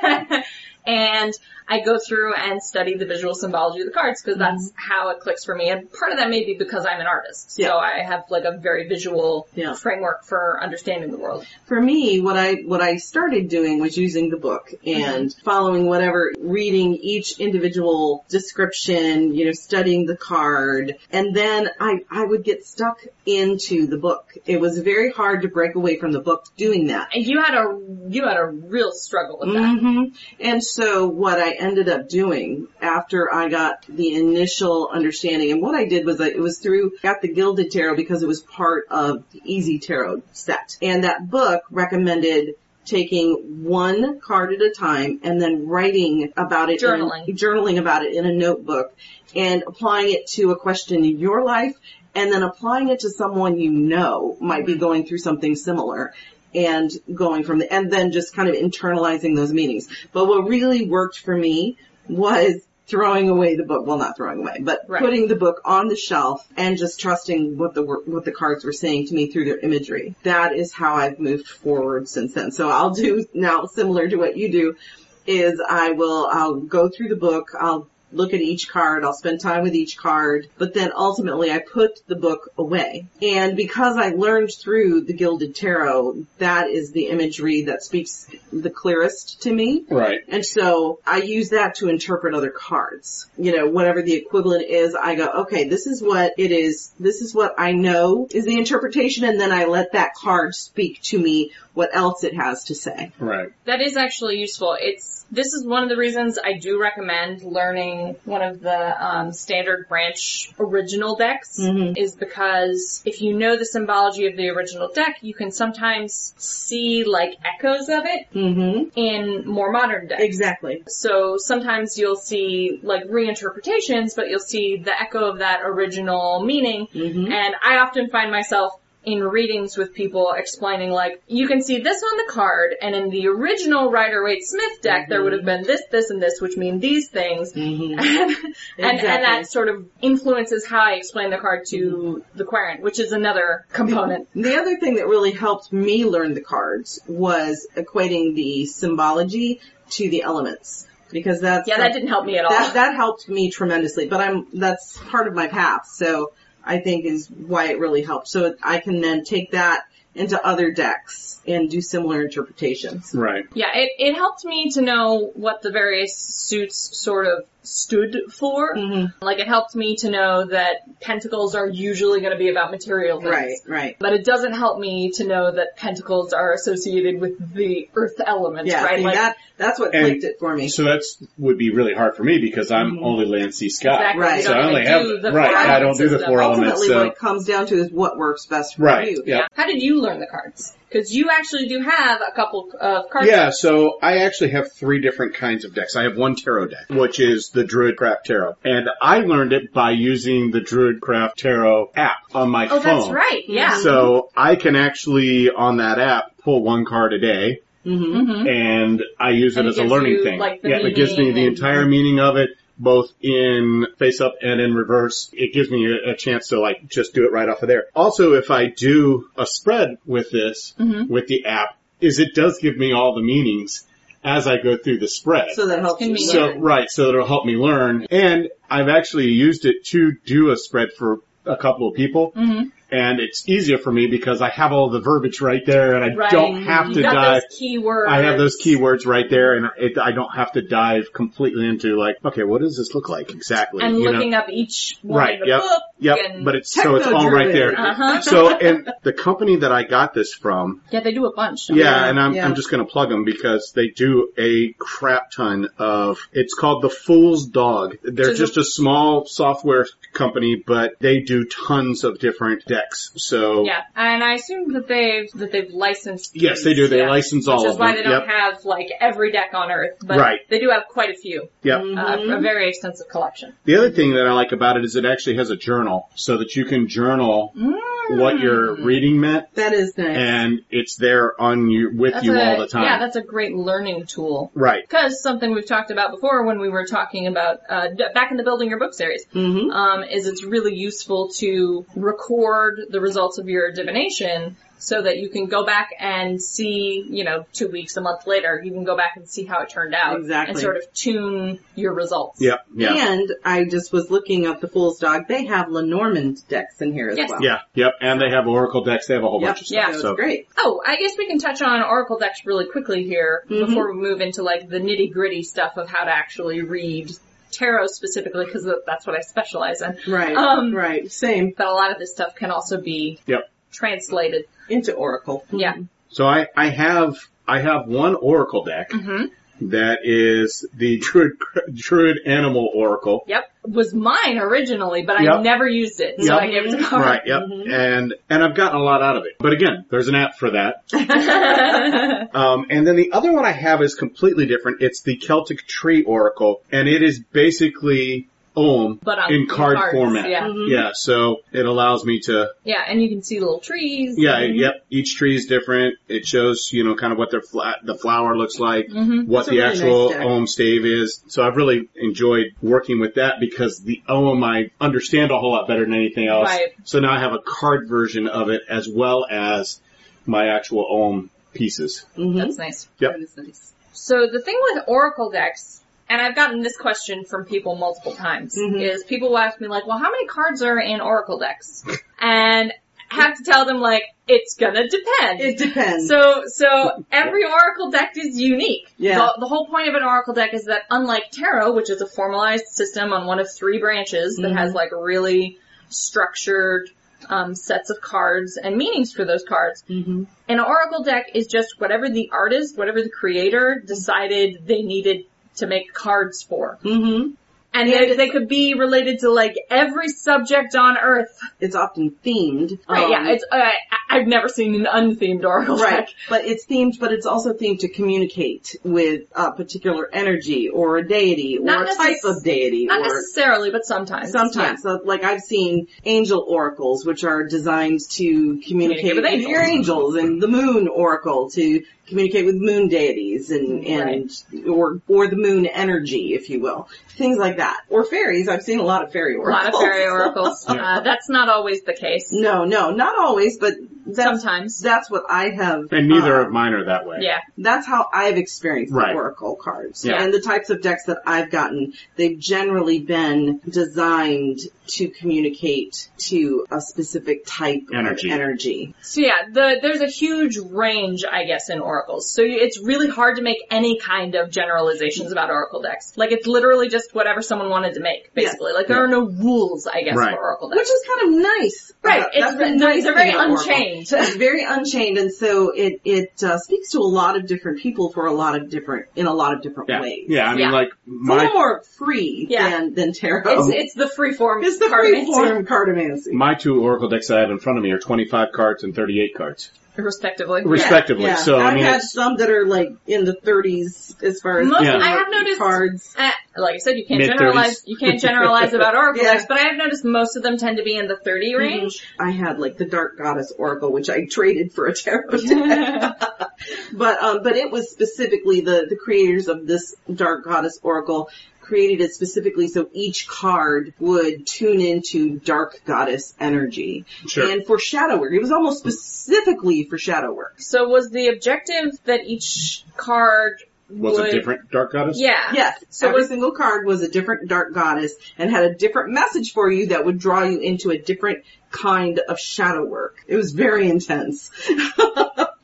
S7: and I go through and study the visual symbology of the cards because that's how it clicks for me. And part of that may be because I'm an artist,
S4: Mm-hmm. Yeah.
S7: so I have like a very visual
S4: Yeah.
S7: framework for understanding the world.
S4: for me, what I what I started doing was using the book and
S7: Mm-hmm.
S4: following whatever, reading each individual description, you know, studying the card, and then I I would get stuck into the book. It was very hard to break away from the book doing that.
S7: And you had a you had a real struggle with that.
S4: hmm And so what I ended up doing after I got the initial understanding, and what I did was I, it was through, got the Gilded Tarot because it was part of the Easy Tarot set. And that book recommended taking one card at a time and then writing about it. in-
S7: Journaling.
S4: journaling about it in a notebook and applying it to a question in your life and then applying it to someone you know might be going through something similar and going from the, and then just kind of internalizing those meanings. But what really worked for me was throwing away the book, well not throwing away, but
S7: Right.
S4: putting the book on the shelf and just trusting what the wor- what the cards were saying to me through their imagery. That is how I've moved forward since then. So I'll do now similar to what you do is I will I'll go through the book, I'll look at each card, I'll spend time with each card, but then ultimately I put the book away. And because I learned through the Gilded Tarot, that is the imagery that speaks the clearest to me.
S3: Right.
S4: And so I use that to interpret other cards. You know, whatever the equivalent is, I go, okay, this is what it is. This is what I know is the interpretation. And then I let that card speak to me what else it has to say.
S3: Right.
S7: That is actually useful. It's this is one of the reasons I do recommend learning one of the um, standard branch original decks
S4: Mhm.
S7: is because if you know the symbology of the original deck, you can sometimes see like echoes of it
S4: Mm-hmm.
S7: in more modern decks.
S4: Exactly.
S7: So sometimes you'll see like reinterpretations, but you'll see the echo of that original meaning.
S4: Mhm.
S7: And I often find myself in readings with people explaining like, you can see this on the card, and in the original Rider-Waite-Smith deck, there would have been this, this, and this, which mean these things.
S4: Mm-hmm.
S7: and, and
S4: Exactly. Mm-hmm.
S7: that sort of influences how I explain the card to the querent, which is another component.
S4: The other thing that really helped me learn the cards was equating the symbology to the elements because that's
S7: Yeah, that didn't help me at all.
S4: that, that helped me tremendously. But I'm that's part of my path, so I think is why it really helped. So I can then take that into other decks and do similar interpretations.
S3: Right.
S7: Yeah, it, it helped me to know what the various suits sort of stood for.
S4: Mhm.
S7: Like it helped me to know that pentacles are usually going to be about material things.
S4: Right, right.
S7: But it doesn't help me to know that pentacles are associated with the earth element,
S4: Yeah,
S7: right?
S4: see,
S7: Like,
S4: that that's what
S3: And-
S4: clicked it for me.
S3: So that's would be really hard for me because I'm only Lancey Scott.
S7: exactly.
S4: Right.
S7: you
S4: So
S7: don't
S3: I only
S7: even
S3: have-
S7: do the
S3: right,
S7: four
S4: I
S7: element
S3: don't do the
S7: system.
S3: four element.
S4: Ultimately,
S3: so-
S4: what it comes down to is what works best for
S3: Right.
S4: you.
S3: Yeah.
S7: How did you learn the cards? Because you actually do have a couple of cards.
S3: Yeah, so I actually have three different kinds of decks. I have one tarot deck, which is the Druidcraft Tarot. And I learned it by using the Druidcraft Tarot app on my
S7: Oh,
S3: phone.
S7: that's right.
S4: Mm-hmm.
S7: Yeah.
S3: So I can actually, on that app, pull one card a day,
S4: hmm
S7: hmm
S3: and I use it
S7: And it
S3: as a
S7: gives
S3: learning
S7: you,
S3: thing.
S7: like, the
S3: yeah, it gives me
S7: meaning
S3: the
S7: and-
S3: entire meaning of it, both in face up and in reverse. It gives me a, a chance to like just do it right off of there. Also, if I do a spread with this,
S7: Mhm.
S3: with the app, is it does give me all the meanings as I go through the spread.
S4: So that helps.
S7: Convenient.
S4: you.
S3: So right, so it'll help me learn. And I've actually used it to do a spread for a couple of people.
S7: Mhm.
S3: And it's easier for me because I have all the verbiage right there and I
S7: Right.
S3: don't have to
S7: you got
S3: dive.
S7: Those keywords.
S3: I have those keywords right there and it, I don't have to dive completely into like, okay, what does this look like exactly?
S7: And
S3: you know?
S7: looking up each one
S3: Right,
S7: in the
S3: yep,
S7: book.
S3: Yep,
S7: and,
S3: but it's, so it's all right there.
S7: Uh-huh.
S3: So, and the company that I got this from,
S7: yeah, they do a bunch. don't
S3: yeah,
S4: Yeah,
S3: and I'm,
S4: yeah.
S3: I'm just gonna plug them because they do a crap ton of, it's called The Fool's Dog. They're
S7: Which is a-
S3: just a small software company, but they do tons of different decks.
S7: they?
S3: So,
S7: Yeah, and I assume that they've that they've licensed.
S3: yes, they do. They
S7: Yeah.
S3: license all
S7: Which is
S3: of
S7: why
S3: them.
S7: they don't
S3: Yep.
S7: have like every deck on Earth, but
S3: Right.
S7: they do have quite a few,
S3: Yep.
S7: uh, a very extensive collection.
S3: The other thing that I like about it is it actually has a journal so that you can journal
S7: Mm.
S3: what your reading meant
S4: That is nice.
S3: and it's there on you, with
S7: That's
S3: you
S7: a,
S3: all the time.
S7: Yeah, that's a great learning tool.
S3: right.
S7: Because something we've talked about before when we were talking about uh, d- back in the building your book series
S4: hmm
S7: um, is it's really useful to record the results of your divination so that you can go back and see, you know, two weeks, a month later, you can go back and see how it turned out
S4: Exactly.
S7: and sort of tune your results.
S3: Yep. Yeah.
S4: And I just was looking up the Fool's Dog. They have Lenormand decks in here as
S7: Yes.
S4: well.
S3: Yeah. Yep. And they have Oracle decks. They have a whole
S4: Yep.
S3: bunch of stuff.
S7: Yeah.
S4: So
S3: So-
S4: it's great.
S7: Oh, I guess we can touch on Oracle decks really quickly here
S4: Mhm.
S7: before we move into like the nitty gritty stuff of how to actually read tarot specifically because that's what I specialize in.
S4: Right.
S7: Um,
S4: right. Same.
S7: But a lot of this stuff can also be
S3: Yep.
S7: translated.
S4: Into Oracle.
S7: Yeah.
S3: So I, I have I have one oracle deck
S7: hmm
S3: that is the druid druid animal oracle.
S7: Yep. Was mine originally, but I
S3: Yep.
S7: never used it, so
S3: Yep.
S7: I gave it to Carl.
S3: Right. Yep. And and I've gotten a lot out of it. But again, there's an app for that. Um, and then the other one I have is completely different. It's the Celtic Tree Oracle, and it is basically Om
S7: but on
S3: in card
S7: cards,
S3: format.
S7: Yeah.
S4: Mhm.
S3: Yeah, so it allows me to
S7: Mm-hmm. Yeah, and you can see little trees. Mm-hmm.
S3: Yeah,
S4: Mm-hmm.
S3: yep. Each tree is different. It shows, you know, kind of what their fla- the flower looks like,
S7: Mhm.
S4: It's Mm-hmm.
S3: what
S4: a
S3: the
S4: really
S3: actual
S4: nice deck.
S3: Ohm stave is. So I've really enjoyed working with that because the Ohm I understand a whole lot better than anything else.
S7: Right.
S3: So now I have a card version of it as well as my actual Ohm pieces.
S4: hmm
S7: That's nice.
S3: Yep.
S4: That is nice.
S7: Mm-hmm. So the thing with Oracle decks, and I've gotten this question from people multiple times,
S4: Mhm.
S7: is people will ask me like, well, how many cards are in Oracle decks? and I have to tell them like, it's gonna depend.
S4: It depends.
S7: So, so every oracle deck is unique.
S4: Yeah.
S7: The, the whole point of an oracle deck is that unlike tarot, which is a formalized system on one of three branches that
S4: Mhm.
S7: has like really structured um, sets of cards and meanings for those cards,
S4: hmm
S7: an oracle deck is just whatever the artist, whatever the creator decided they needed to make cards for.
S4: hmm
S7: And
S4: And
S7: they,
S4: it's-
S7: they could be related to like every subject on earth.
S4: It's often themed.
S7: Right,
S4: Um,
S7: yeah, it's, uh, I- I've never seen an unthemed oracle
S4: Right,
S7: deck.
S4: but it's themed, but it's also themed to communicate with a particular energy or a deity or
S7: Not
S4: a type
S7: necess-
S4: of deity
S7: Not
S4: or
S7: necessarily, but sometimes. Yeah.
S4: Sometimes, so, like I've seen angel oracles, which are designed to communicate
S7: Communicate with
S4: with
S7: angels.
S4: your angels, and the moon oracle to communicate with moon deities, and
S7: Mm,
S4: and or or the moon energy, if you will, things like that. Or fairies. I've seen a lot of fairy
S7: A lot
S4: oracles.
S7: of fairy oracles. Mm.
S3: Yeah.
S7: Uh, that's not always the case.
S4: No, no, not always, but that's,
S7: Sometimes.
S4: that's what I have.
S3: And neither
S4: uh,
S3: of mine are that way.
S7: Yeah.
S4: that's how I've experienced
S3: Right.
S4: the Oracle cards.
S7: Yeah.
S4: And the types of decks that I've gotten, they've generally been designed to communicate to a specific type
S3: Energy.
S4: of energy.
S7: So yeah, the, there's a huge range, I guess, in oracles. So you, it's really hard to make any kind of generalizations about oracle decks. Like it's literally just whatever someone wanted to make, basically. Like there are no rules, I guess,
S3: Right.
S7: for oracle
S4: Which
S7: decks.
S4: is kind of nice.
S7: Right,
S4: Uh,
S7: it's
S4: that's the
S7: ve-
S4: nice
S7: they're very
S4: thing about Oracle.
S7: unchained.
S4: It's very unchained and so it, it uh, speaks to a lot of different people for a lot of different, in a lot of different
S3: Yeah.
S4: ways.
S3: Yeah, I mean
S7: Yeah.
S3: like
S4: It's a little
S3: my
S4: more free
S7: Yeah.
S4: than, than tarot.
S3: Um,
S7: It's, it's the free form.
S4: It's the free form cardomancy.
S3: my two oracle decks I have in front of me are 25 cards and 38 cards.
S7: respectively.
S3: respectively.
S4: Yeah.
S3: So I
S4: I've
S3: mean,
S4: had
S3: it's-
S4: some that are like in the 30s as far as
S7: Most,
S3: Yeah.
S7: I have noticed,
S4: cards.
S7: eh, like I said, you can't
S3: Mid-thirties.
S7: generalize. You can't generalize about Oracle
S4: Yeah.
S7: decks, but I have noticed most of them tend to be in the thirty range.
S4: I had like the Dark Goddess Oracle, which I traded for a tarot deck. but um, but it was specifically the the creators of this Dark Goddess Oracle created it specifically so each card would tune into Dark Goddess energy
S3: Sure.
S4: and for shadow work. It was almost specifically for shadow work.
S7: So was the objective that each card
S3: was
S7: would,
S3: it different Dark Goddess?
S7: Yeah.
S4: Yes.
S7: So
S4: So every
S7: was-
S4: single card was a different dark goddess and had a different message for you that would draw you into a different kind of shadow work. It was very intense.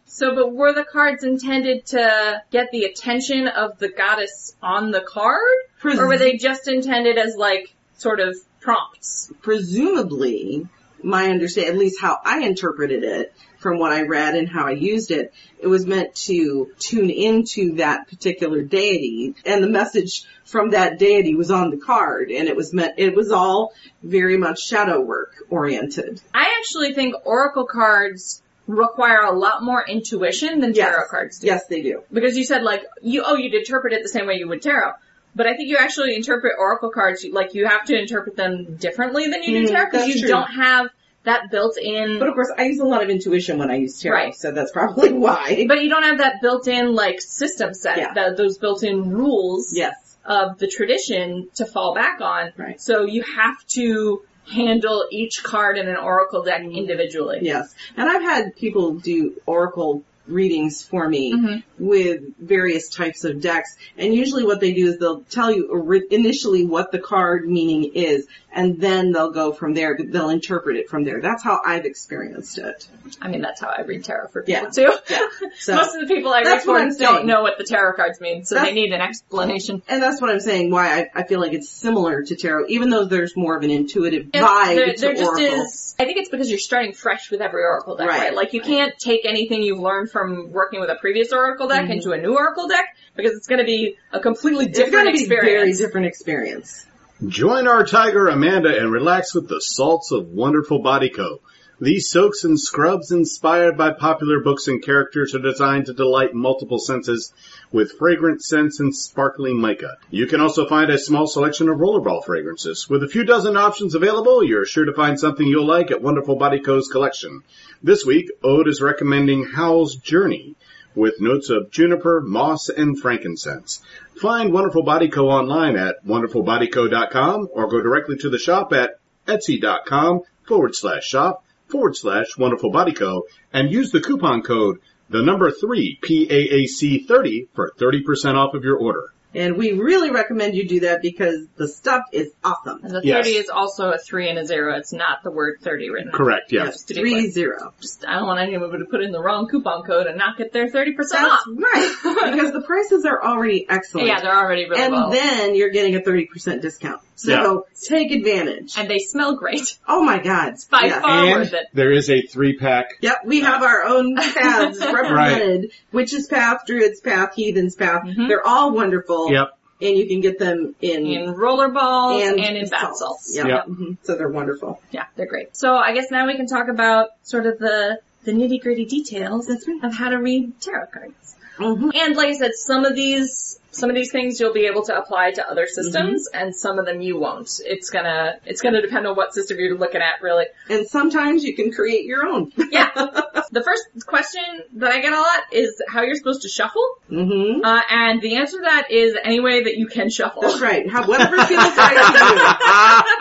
S7: So, but were the cards intended to get the attention of the goddess on the card, or were they just intended as like sort of prompts?
S4: presumably, my understanding, at least how I interpreted it from what I read and how I used it, it was meant to tune into that particular deity and the message from that deity was on the card and it was meant, it was all very much shadow work oriented.
S7: I actually think oracle cards require a lot more intuition than tarot
S4: Yes.
S7: cards do.
S4: Yes, they do.
S7: Because you said like you oh you'd interpret it the same way you would tarot. But I think you actually interpret oracle cards you- like you have to interpret them differently than you do
S4: Mm,
S7: tarot because
S4: that's
S7: you
S4: true.
S7: don't have that built in
S4: But of course, I use a lot of intuition when I use tarot,
S7: Right.
S4: so that's probably why.
S7: but you don't have that built-in like system set,
S4: Yeah.
S7: tho- those built-in rules
S4: yes.
S7: of the tradition to fall back on.
S4: Right.
S7: So you have to handle each card in an oracle deck individually.
S4: Yes. And I've had people do oracle readings for me
S7: Mhm.
S4: with various types of decks. And usually what they do is they'll tell you ori- initially what the card meaning is and then they'll go from there, but they'll interpret it from there. That's how I've experienced it.
S7: I mean, that's how I read tarot for people
S4: Yeah.
S7: too.
S4: So,
S7: Most of the people I read
S4: That's
S7: for
S4: what I'm
S7: don't
S4: saying.
S7: know what the tarot cards mean, so they
S4: That's-
S7: need an explanation.
S4: and that's what I'm saying, why I, I feel like it's similar to tarot, even though there's more of an intuitive
S7: And
S4: vibe
S7: there,
S4: to
S7: there just
S4: oracle.
S7: is. I think it's because you're starting fresh with every oracle deck, right?
S4: Right.
S7: Like you can't take anything you've learned from working with a previous oracle deck into a new oracle deck because it's going to be a completely
S4: Mm-hmm. it's
S7: different
S4: going to be very
S7: experience.
S4: different experience.
S3: Join our tiger Amanda and relax with the salts of Wonderful Body Co. These soaks and scrubs inspired by popular books and characters are designed to delight multiple senses with fragrant scents and sparkling mica. You can also find a small selection of rollerball fragrances. With a few dozen options available, you're sure to find something you'll like at Wonderful Body Co.'s collection. This week, Ode is recommending Howl's Journey with notes of juniper, moss, and frankincense. Find Wonderful Body Co. online at wonderfulbodyco.com or go directly to the shop at etsy.com forward slash shop forward slash Wonderful Body Co. and use the coupon code the number three PAAC thirty for thirty percent off of your order.
S4: And we really recommend you do that because the stuff is awesome.
S7: And the
S3: Yes.
S7: 30 is also a 3 and a 0. It's not the word 30 written.
S3: Correct? Yes.
S7: Yes. to be
S4: Three
S7: clear.
S4: zero.
S7: Just, I don't want anyone to put in the wrong coupon code and not get their 30% off.
S4: That's right. Because the prices are already excellent.
S7: Yeah, they're already really
S4: and
S7: well.
S4: then you're getting a 30% discount. So
S3: Yeah.
S4: take advantage.
S7: and they smell great.
S4: oh my god.
S7: By
S4: Yes.
S7: far.
S3: And
S7: worth it.
S3: there is a three pack.
S4: Yep, we have our own paths represented. Witch's Path, Druid's Path, Heathen's Path.
S7: Mhm.
S4: They're all wonderful.
S3: Yep.
S4: And you can get them in,
S7: In rollerballs and,
S4: Mm-hmm. and,
S7: in bath salts.
S4: Yep.
S3: Yep.
S4: mhm. So they're wonderful.
S7: Yeah, they're great. So I guess now we can talk about sort of the, the nitty gritty details
S4: That's right.
S7: of how to read tarot cards.
S4: Mhm.
S7: And like I said, some of these some of these things you'll be able to apply to other systems, and some of them you won't. It's gonna it's gonna depend on what system you're looking at, really.
S4: And sometimes you can create your own.
S7: Yeah. the first question that I get a lot is how you're supposed to shuffle,
S4: hmm
S7: uh, and the answer to that is any way that you can shuffle.
S4: That's right. How, whatever feels right to you.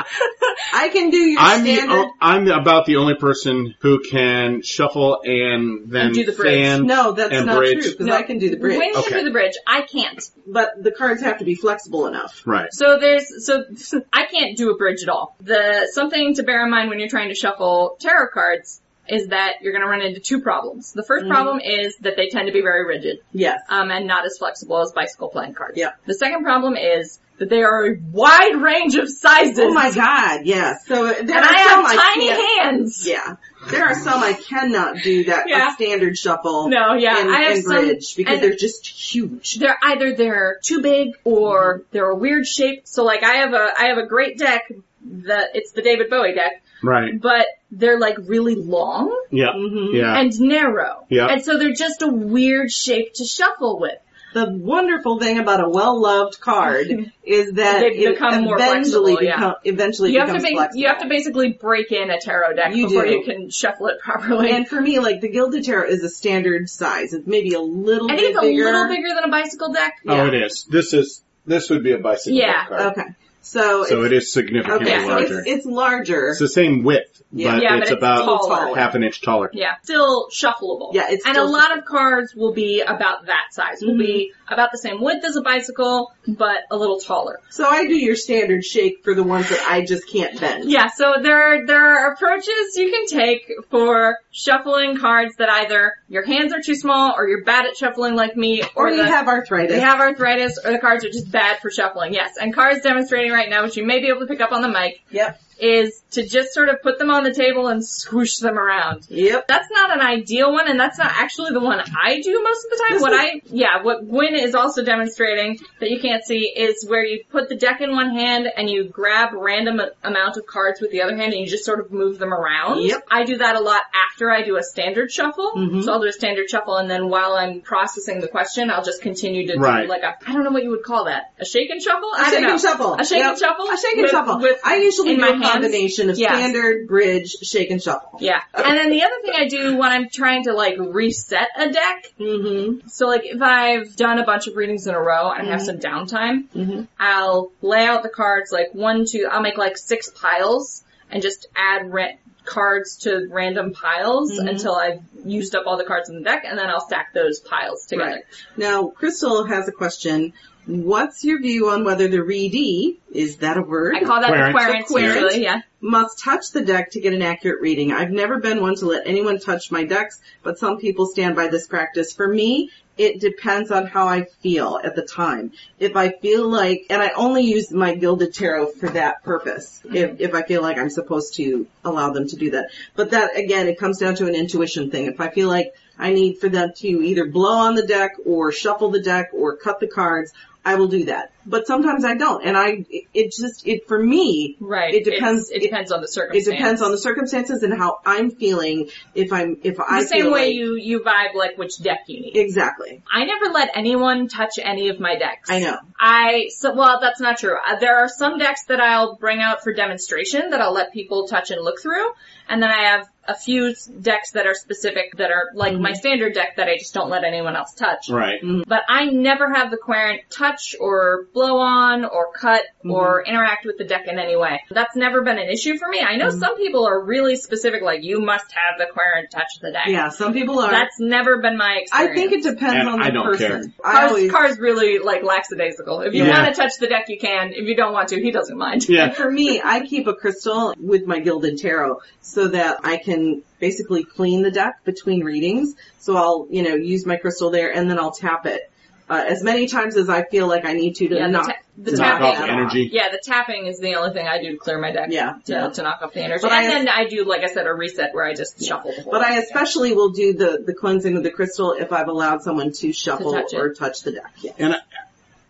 S4: I can do your
S3: I'm the,
S4: standard.
S3: o- I'm about the only person who can shuffle and then
S7: And do the bridge.
S3: fan.
S4: no, that's
S3: and
S4: not
S3: bridge.
S4: true because
S7: No.
S4: I can do the bridge,
S7: Wayne can
S3: Okay.
S7: do the bridge. I can't.
S4: but the cards have to be flexible enough.
S3: Right.
S7: So there's so I can't do a bridge at all. The something to bear in mind when you're trying to shuffle tarot cards is that you're going to run into two problems. The 1st
S4: Mm-hmm.
S7: problem is that they tend to be very rigid
S4: Yes.
S7: um, and not as flexible as bicycle playing cards.
S4: Yeah.
S7: The second problem is that they are a wide range of sizes.
S4: Oh my god, yes. So uh, there
S7: and
S4: are
S7: I
S4: some
S7: have tiny
S4: can't-
S7: hands.
S4: Yeah. There are some I cannot do that
S7: Yeah.
S4: a standard shuffle.
S7: No, yeah,
S4: and,
S7: I have
S4: and
S7: some-
S4: bridge because
S7: and-
S4: they're just huge.
S7: they're
S4: Mm-hmm.
S7: either they're too big or they're a weird shape. So like I have a I have a great deck, that it's the David Bowie deck,
S1: Right.
S7: but they're like really long
S1: Yeah.
S4: Mhm.
S1: Yeah.
S7: Mm-hmm. and narrow.
S1: Yeah.
S7: And so they're just a weird shape to shuffle with.
S4: The wonderful thing about a well-loved card is that
S7: They
S4: it
S7: become more
S4: eventually,
S7: flexible, yeah.
S4: become, eventually
S7: You have, to
S4: becomes
S7: ba-
S4: flexible.
S7: you have to basically break in a tarot deck
S4: You
S7: before
S4: do.
S7: you can shuffle it properly.
S4: And for me, like the Gilded Tarot is a standard size. It's maybe a little
S7: I
S4: bit
S7: think it's a
S4: bigger.
S7: little bigger than a bicycle deck.
S1: Oh, it is.
S3: This is this would be a bicycle
S7: Yeah.
S3: card.
S4: Okay. So,
S3: So
S4: it's,
S3: it is significantly
S4: okay, so
S3: larger.
S4: it's, it's larger.
S1: It's the same width,
S4: Yeah.
S1: but
S7: Yeah,
S1: it's
S7: but it's
S1: about
S7: taller.
S1: half an inch taller.
S7: Yeah, still shuffleable.
S4: Yeah, it's
S7: and
S4: still Mm-hmm.
S7: a lot of cards will be about that size. Will be about the same width as a bicycle, but a little taller.
S4: so I do your standard shake for the ones that I just can't bend.
S7: Yeah, so there are, there are approaches you can take for shuffling cards that either your hands are too small, or you're bad at shuffling like me,
S4: Or, you
S7: the-
S4: have arthritis.
S7: They have arthritis, or the cards are just bad for shuffling. Yes, and cards demonstrating right now, which you may be able to pick up on the mic,
S4: Yep.
S7: is to just sort of put them on the table and swoosh them around.
S4: Yep.
S7: That's not an ideal one, and that's not actually the one I do most of the time.
S4: This
S7: what
S4: is-
S7: I, yeah, what Gwen is also demonstrating that you can't see is where you put the deck in one hand and you grab random a- amount of cards with the other hand and you just sort of move them around.
S4: Yep. Mm-hmm.
S7: I do that a lot after I do a standard shuffle. So I'll do a standard shuffle, and then while I'm processing the question, I'll just continue to
S1: Right.
S7: do like a, I don't know what you would call that, a shake and shuffle. I
S4: A
S7: don't
S4: shake
S7: know.
S4: and shuffle.
S7: A shake
S4: Yep.
S7: and shuffle.
S4: A shake and
S7: with-
S4: shuffle.
S7: With
S4: I usually
S7: in
S4: do
S7: my
S4: a
S7: hands.
S4: combination of
S7: Yes.
S4: standard, bridge, shake and shuffle.
S7: Yeah. And then the other thing I do when I'm trying to like reset a deck
S4: Mm-hmm.
S7: So like if I've done a bunch of readings in a row and have some
S4: Mm-hmm.
S7: downtime, I'll lay out the cards like one, two, I'll make like six piles and just add ra- cards to random piles
S4: Mm-hmm.
S7: until I've used up all the cards in the deck and then I'll stack those piles together.
S4: Right. Now, Crystal has a question. What's your view on whether the readee, is that a word?
S7: I call that
S1: Querent.
S7: the
S4: The
S7: querent,
S4: querent.
S7: usually, yeah.
S4: must touch the deck to get an accurate reading. I've never been one to let anyone touch my decks, but some people stand by this practice. For me, it depends on how I feel at the time. If I feel like, and I only use my Gilded Tarot for that purpose, if, if I feel like I'm supposed to allow them to do that. But that, again, it comes down to an intuition thing. If I feel like I need for them to either blow on the deck or shuffle the deck or cut the cards, I will do that. But sometimes I don't, and I, it- it just, it, for me,
S7: Right.
S4: it depends,
S7: It's- it depends on the
S4: it
S7: circumstance.
S4: depends on the circumstances and how I'm feeling. If I'm, if I
S7: the same
S4: feel
S7: way
S4: like-
S7: you, you vibe like which deck you need.
S4: exactly.
S7: I never let anyone touch any of my decks.
S4: I know.
S7: I so well, that's not true. Uh, There are some decks that I'll bring out for demonstration that I'll let people touch and look through, and then I have a few s- decks that are specific that are like
S4: Mm-hmm.
S7: my standard deck that I just don't let anyone else touch.
S1: Right.
S7: But I never have the querent touch or blow on or cut
S4: Mm-hmm.
S7: or interact with the deck in any way. That's never been an issue for me. I
S4: Mm-hmm.
S7: know some people are really specific, like you must have the querent touch the deck.
S4: Yeah, some people are.
S7: That's never been my
S4: I
S7: experience.
S4: think it depends
S1: And
S4: on the
S1: I don't
S4: person.
S1: care.
S4: I
S7: Cars,
S4: always,
S7: cars really like lackadaisical. If you
S1: Yeah.
S7: want to touch the deck, you can. If you don't want to, he doesn't mind.
S1: Yeah.
S4: for me, I keep a crystal with my Gilded Tarot so that I can basically clean the deck between readings. So I'll, you know, use my crystal there and then I'll tap it uh, as many times as I feel like I need to to
S7: Yeah, the
S4: knock
S7: ta- the
S4: to knock
S1: Knock
S7: tapping-
S1: off
S4: that
S1: energy.
S7: Yeah, the tapping is the only thing I do to clear my deck.
S4: Yeah,
S7: To,
S4: yeah.
S7: to knock off the energy.
S4: But
S7: and
S4: I-
S7: then I do, like I said, a reset where I just shuffle the whole
S4: But I
S7: deck.
S4: especially will do the, the cleansing of the crystal if I've allowed someone to shuffle
S7: touch it.
S4: or touch the deck. Yeah.
S1: And I,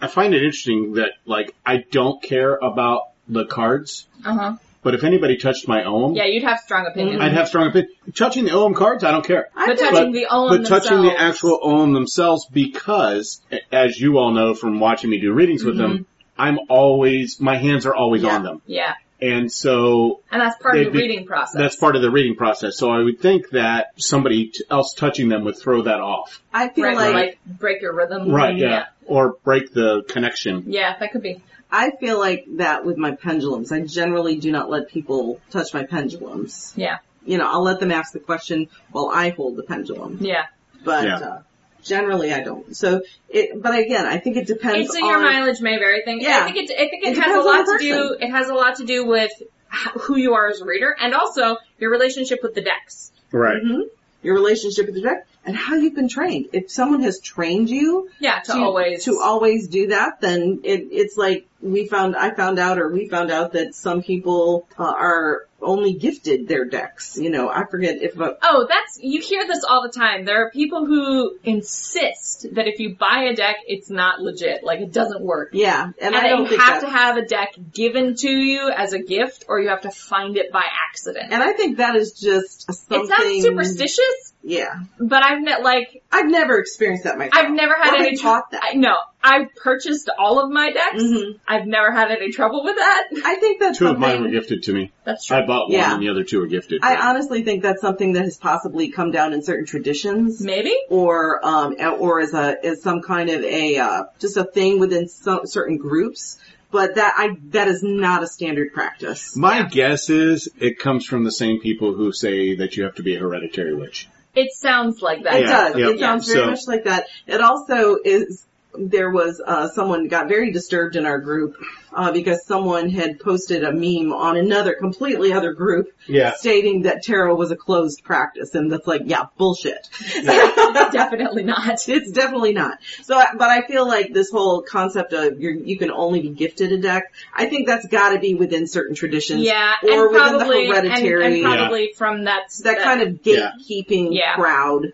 S1: I find it interesting that like I don't care about the cards,
S7: Uh-huh.
S1: but if anybody touched my ohm,
S7: Yeah, you'd have strong opinions.
S1: I'd have strong opinion. Touching the ohm cards, I don't care.
S4: I
S7: But
S4: feel
S7: touching the ohm
S1: but touching the
S7: themselves.
S1: actual ohm themselves because, a- as you all know from watching me do readings with them, I'm always, my hands are always
S4: Yeah.
S1: on them.
S7: Yeah.
S1: And so
S7: And that's part of
S1: They'd
S7: the
S1: be-
S7: reading process.
S1: that's part of the reading process. So I would think that somebody t- else touching them would throw that off.
S4: I feel
S7: right,
S4: like
S7: like break your rhythm.
S1: Right, yeah.
S7: yeah.
S1: Or break the connection.
S7: Yeah, that could be.
S4: I feel like that with my pendulums. I generally do not let people touch my pendulums.
S7: Yeah.
S4: You know, I'll let them ask the question while I hold the pendulum,
S7: Yeah.
S4: but
S1: Yeah.
S4: uh, generally I don't. So, it, but again, I think it depends.
S7: It's a your
S4: on,
S7: mileage may vary thing.
S4: Yeah.
S7: I think it, I think it,
S4: It
S7: has a
S4: depends on
S7: lot
S4: the
S7: to do, it has a lot to do with h- who you are as a reader and also your relationship with the decks.
S1: Right.
S4: Mhm. your relationship with the deck and how you've been trained. If someone has trained you
S7: Yeah, to, always.
S4: to always do that, then it, it's like we found I found out or we found out that some people uh, are only gifted their decks. You know, I forget if a,
S7: Oh, that's, you hear this all the time. There are people who insist that if you buy a deck, it's not legit. Like, it doesn't work.
S4: yeah, and,
S7: And,
S4: I
S7: that
S4: don't
S7: you
S4: think
S7: have
S4: that,
S7: to have a deck given to you as a gift, or you have to find it by accident.
S4: and I think that is just something.
S7: It's not superstitious,
S4: Yeah,
S7: but I've met, like,
S4: I've never experienced that myself.
S7: I've never had
S4: Or been
S7: any trouble.
S4: taught that.
S7: I, no, I purchased all of my decks.
S4: Mhm.
S7: I've never had any trouble with that. Uh,
S4: I think that's
S3: Two of
S4: something.
S3: mine were gifted to me.
S7: That's true.
S3: I bought one
S4: Yeah.
S3: and the other two were gifted.
S4: I honestly think that's something that has possibly come down in certain traditions.
S7: Maybe?
S4: or um, or as a as some kind of a uh, just a thing within some, certain groups. But that I that is not a standard practice.
S3: My guess is it comes from the same people who say that you have to be a hereditary witch.
S7: It sounds like that.
S4: It
S3: Yeah,
S4: does.
S3: yeah,
S4: it sounds very
S3: so-
S4: much like that. It also is. There was uh, someone got very disturbed in our group uh, because someone had posted a meme on another completely other group
S3: Yeah.
S4: stating that tarot was a closed practice, and that's like, yeah, bullshit.
S7: Definitely not.
S4: It's definitely not. So, I- but I feel like this whole concept of you're, you can only be gifted a deck, I think that's got to be within certain traditions.
S7: Yeah,
S4: or
S7: and
S4: within
S7: probably,
S4: the
S7: and,
S4: hereditary,
S7: and probably from that,
S4: that kind of gatekeeping
S7: Yeah.
S4: crowd.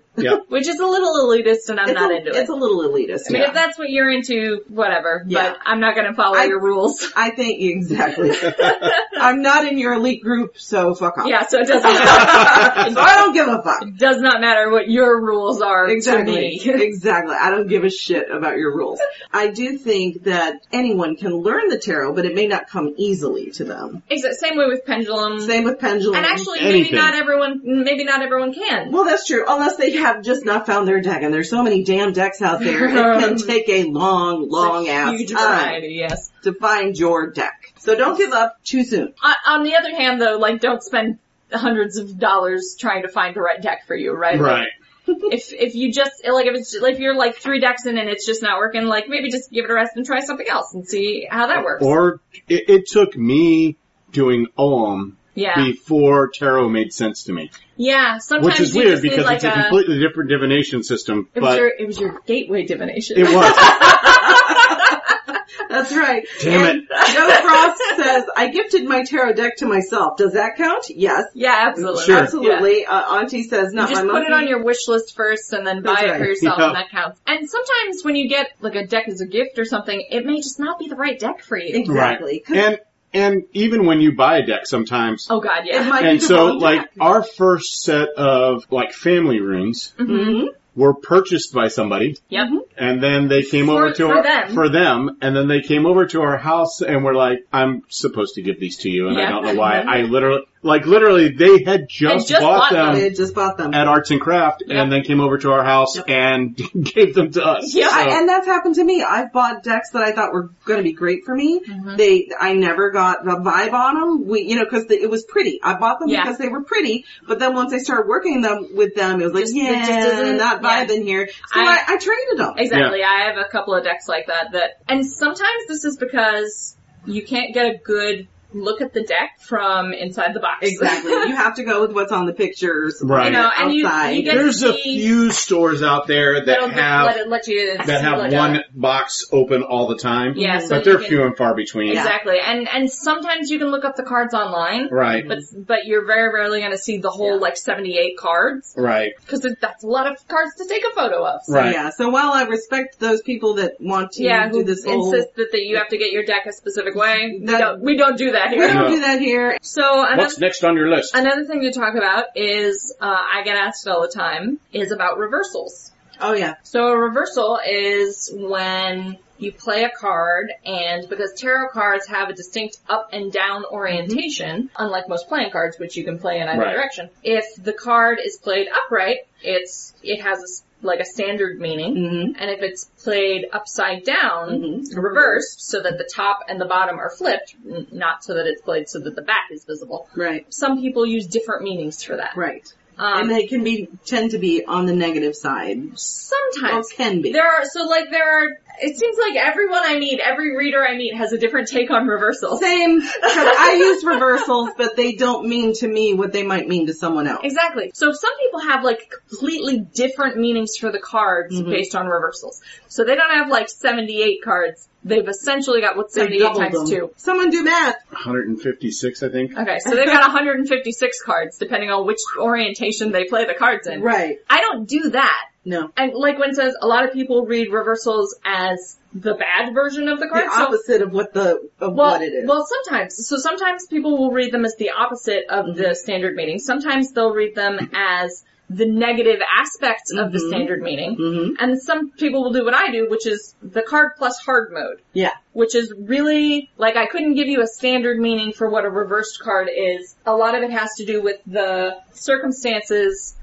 S7: which is a little elitist, and I'm
S4: it's
S7: not
S4: a,
S7: into
S4: It's
S7: it.
S4: a little elitist.
S7: I mean,
S4: yeah.
S7: if that's what you're into, whatever.
S4: Yeah.
S7: But I'm not going to follow
S4: I-
S7: your rules.
S4: I think exactly. I'm not in your elite group, so fuck off.
S7: yeah, so it doesn't. it
S4: So I don't give a fuck.
S7: does not matter what your rules are
S4: Exactly.
S7: to me.
S4: exactly. I don't give a shit about your rules. I do think that anyone can learn the tarot, but it may not come easily to them.
S7: Exa- Same way with pendulum.
S4: Same with pendulum.
S7: Mm-hmm. and actually, maybe
S3: Anything.
S7: not everyone. Maybe not everyone can.
S4: Well, that's true, unless they have just not found their deck, and there's so many damn decks out there, it can take a long, long ass
S7: huge
S4: time
S7: variety, yes.
S4: to find your deck. So don't give up too soon.
S7: On, on the other hand, though, like don't spend hundreds of dollars trying to find the right deck for you, right? Like,
S3: Right.
S7: if if you just like if it's like if you're like three decks in and it's just not working, like maybe just give it a rest and try something else and see how that works.
S3: Or it, it took me doing Om
S7: yeah,
S3: before tarot made sense to me.
S7: yeah.
S3: Which
S7: Sometimes
S3: is
S7: you
S3: weird
S7: just need
S3: because
S7: like
S3: it's a,
S7: a.
S3: completely different divination system,
S7: it was
S3: but
S7: your it was your gateway divination.
S3: it was.
S4: That's right.
S3: Damn it.
S4: and Joe Frost says, I gifted my tarot deck to myself. Does that count? Yes.
S7: yeah, absolutely.
S3: Sure.
S4: Absolutely. Uh, Auntie says,
S7: You
S4: not
S7: just
S4: my
S7: put it
S4: monkey."
S7: on your wish list first and then buy
S4: That's
S7: it for
S4: right.
S7: yourself and
S3: Yeah.
S7: that counts. And sometimes when you get like a deck as a gift or something, it may just not be the right deck for you.
S4: Exactly. 'Cause
S3: and and even when you buy a deck sometimes
S7: Oh god, yeah.
S4: it might
S3: and
S4: be the
S3: so
S4: wrong
S3: like
S4: deck.
S3: our first set of like family rooms
S7: Mm-hmm.
S4: Mhm.
S3: were purchased by somebody
S7: Yep.
S4: Mm-hmm.
S3: and then they came
S7: For-
S3: over to
S7: for
S3: our,
S7: them.
S3: for them and then they came over to our house and were like I'm supposed to give these to you and
S7: Yeah. Mm-hmm.
S3: I don't know why I literally like literally they had just,
S7: just
S3: bought,
S7: bought
S3: them,
S4: They had just bought them.
S3: at Arts and Craft
S7: Yep.
S3: and then came over to our house and gave them to us
S7: Yeah,
S3: So-
S4: I, and that's happened to me. I've bought decks that I thought were going to be great for me.
S7: Mm-hmm.
S4: They, I never got the vibe on them. We, you know, because it was pretty. I bought them
S7: Yeah.
S4: because they were pretty. But then once I started working them with them, it was like,
S7: Just- it
S4: yeah,
S7: just doesn't-
S4: not
S7: yeah.
S4: vibing here. So I,
S7: I-
S4: I, traded them.
S7: Exactly. I have a couple of decks like that that, and sometimes this is because you can't get a good look at the deck from inside the box.
S4: Exactly. you have to go with what's on the pictures.
S3: Right.
S7: you know, and you,
S4: Outside.
S7: you get
S3: There's
S7: to
S3: a
S7: see
S3: few stores out there
S7: that'll
S3: that have
S7: let, it, let you
S3: that
S7: see
S3: have
S7: like
S3: one
S7: A,
S3: box open all the time.
S7: Yeah,
S4: Mm-hmm.
S7: so
S3: but
S7: you
S3: they're
S7: can-
S3: few and far between.
S7: exactly, and and sometimes you can look up the cards online.
S3: Right.
S7: But but you're very rarely going to see the whole like 78 cards
S3: Right.
S7: because that's a lot of cards to take a photo of. So,
S3: Right.
S4: Yeah. So while I respect those people that want to
S7: Yeah,
S4: do
S7: who
S4: this whole,
S7: insist that, that you have to get your deck a specific way. we
S4: That-
S7: don't we don't do that
S4: we
S7: here.
S4: don't
S3: Yeah.
S4: do that here.
S7: So another
S3: What's next on your list?
S7: Another thing to talk about is, uh, I get asked all the time, is about reversals.
S4: Oh yeah.
S7: So a reversal is when you play a card and because tarot cards have a distinct up and down orientation, unlike most playing cards, which you can play in either
S3: Right.
S7: direction, if the card is played upright, it's, it has a s like a standard meaning,
S4: Mhm.
S7: and if it's played upside down,
S4: Mhm.
S7: reversed, so that the top and the bottom are flipped, n- not so that it's played so that the back is visible,
S4: Right.
S7: some people use different meanings for that.
S4: Right.
S7: Um,
S4: and they can be tend to be on the negative side.
S7: sometimes
S4: Or can be.
S7: there are so like there are It seems like everyone I meet, every reader I meet has a different take on reversal.
S4: Same, 'cause I use reversals, but they don't mean to me what they might mean to someone else.
S7: Exactly. So some people have like completely different meanings for the cards
S4: Mhm.
S7: based on reversals. So they don't have like 78 cards. They've essentially got what
S4: They
S7: 78
S4: doubled
S7: times
S4: them.
S7: 2.
S4: Someone do math.
S1: 156, I think.
S7: Okay, so they've got 156 cards depending on which orientation they play the cards in.
S4: Right.
S7: I don't do that.
S4: No.
S7: And like when says, a lot of people read reversals as the bad version of the
S4: The
S7: card. so-
S4: opposite of what the, of
S7: well,
S4: what it is.
S7: well, sometimes. So sometimes people will read them as the opposite of
S4: Mm-hmm.
S7: the standard meaning. Sometimes they'll read them as the negative aspect of the
S4: Mhm.
S7: standard meaning.
S4: Mhm.
S7: And some people will do what I do, which is the card plus hard mode,
S4: Yeah.
S7: which is really, like I couldn't give you a standard meaning for what a reversed card is. A lot of it has to do with the circumstances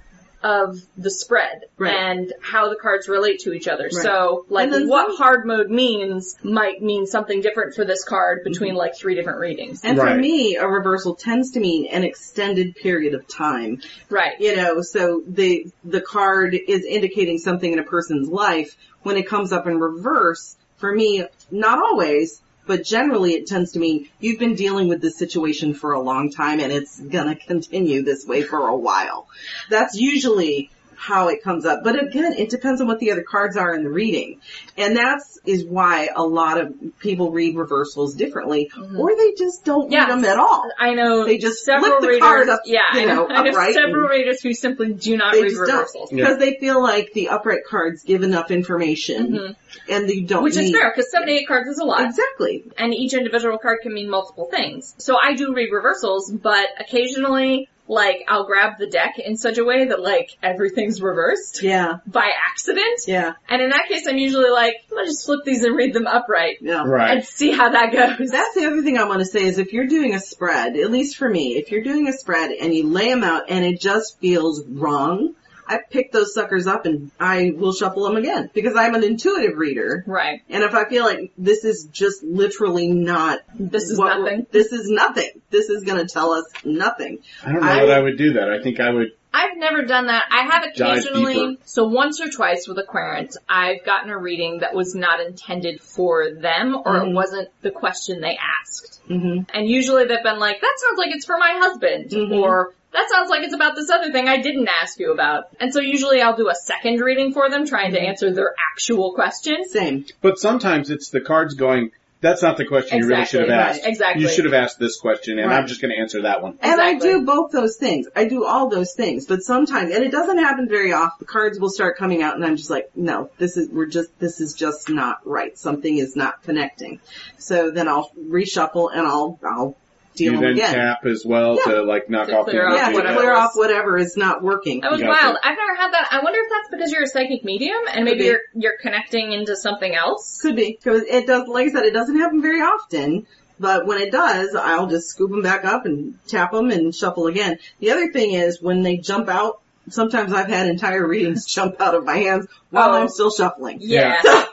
S7: of the spread
S4: Right.
S7: and how the cards relate to each other. So like
S4: And then
S7: what
S4: some-
S7: hard mode means might mean something different for this card between like three different readings.
S4: Mm-hmm. And for
S1: Right.
S4: me, a reversal tends to mean an extended period of time.
S7: right.
S4: You know, so the, the card is indicating something in a person's life. When it comes up in reverse, for me, not always, but generally it tends to mean you've been dealing with this situation for a long time and it's gonna continue this way for a while. That's usually how it comes up. But again, it depends on what the other cards are in the reading. And that's is why a lot of people read reversals differently or they just don't
S7: Mm-hmm. Yes.
S4: read them at all.
S7: I know
S4: They just flip
S7: several
S4: the
S7: readers.
S4: card up,
S7: yeah,
S4: you
S7: I
S4: know,
S7: know, I know
S4: upright
S7: several
S4: and-
S7: readers who simply do not
S4: They
S7: read
S4: just don't.
S7: reversals.
S1: Yeah.
S4: Because they feel like the upright cards give enough information
S7: Mhm.
S4: and you don't
S7: Which is
S4: need-
S7: fair, because 78 cards is a lot.
S4: Exactly.
S7: and each individual card can mean multiple things. So I do read reversals, but occasionally, like, I'll grab the deck in such a way that, like, everything's reversed
S4: Yeah.
S7: by accident.
S4: Yeah.
S7: And in that case, I'm usually like, I'm gonna just flip these and read them upright
S4: Yeah.
S1: Right.
S7: and see how that goes.
S4: That's the other thing I want to say is if you're doing a spread, at least for me, if you're doing a spread and you lay them out and it just feels wrong, I pick those suckers up and I will shuffle them again because I'm an intuitive reader.
S7: right.
S4: And if I feel like this is just literally not,
S7: This is
S4: what-
S7: nothing.
S4: This is nothing. This is going to tell us nothing.
S1: I don't know
S4: I-
S1: that I would do that. I think I would.
S7: I've never done that. I have
S1: Dive
S7: occasionally,
S1: deeper.
S7: so once or twice with a querent, I've gotten a reading that was not intended for them or it
S1: Mm-hmm.
S4: Mhm.
S7: wasn't the question they asked.
S4: Mm-hmm.
S7: And usually they've been like, that sounds like it's for my husband,
S1: Mm-hmm.
S4: Mhm.
S7: or that sounds like it's about this other thing I didn't ask you about. And so usually I'll do a second reading for them trying
S1: Mm-hmm.
S7: to answer their actual question.
S4: Same.
S1: But sometimes it's the cards going, that's not the question you really should have
S7: Exactly,
S1: asked.
S7: right, exactly.
S1: You should have asked this question and I'm
S4: Right.
S1: just going to answer that one.
S4: And
S7: Exactly.
S4: I do both those things. I do all those things, but sometimes, and it doesn't happen very often, the cards will start coming out and I'm just like, no, this is, we're just, this is just not right. Something is not connecting. So then I'll reshuffle and I'll, I'll deal
S1: you then
S4: again.
S1: tap as well
S4: Yeah.
S1: to like knock
S7: To
S1: off
S7: clear
S1: the
S7: off
S4: yeah, to
S7: whatever
S4: clear
S7: is-
S4: off whatever is not working.
S7: That was
S1: You got
S7: wild. I've never had that. I wonder if that's because you're a psychic medium and maybe
S4: be.
S7: you're, you're connecting into something else.
S4: Could be. 'Cause it does, like I said, it doesn't happen very often, but when it does, I'll just scoop them back up and tap them and shuffle again. The other thing is when they jump out, sometimes I've had entire readings jump out of my hands while
S7: Oh.
S4: I'm still shuffling.
S7: Yeah.
S1: Yeah.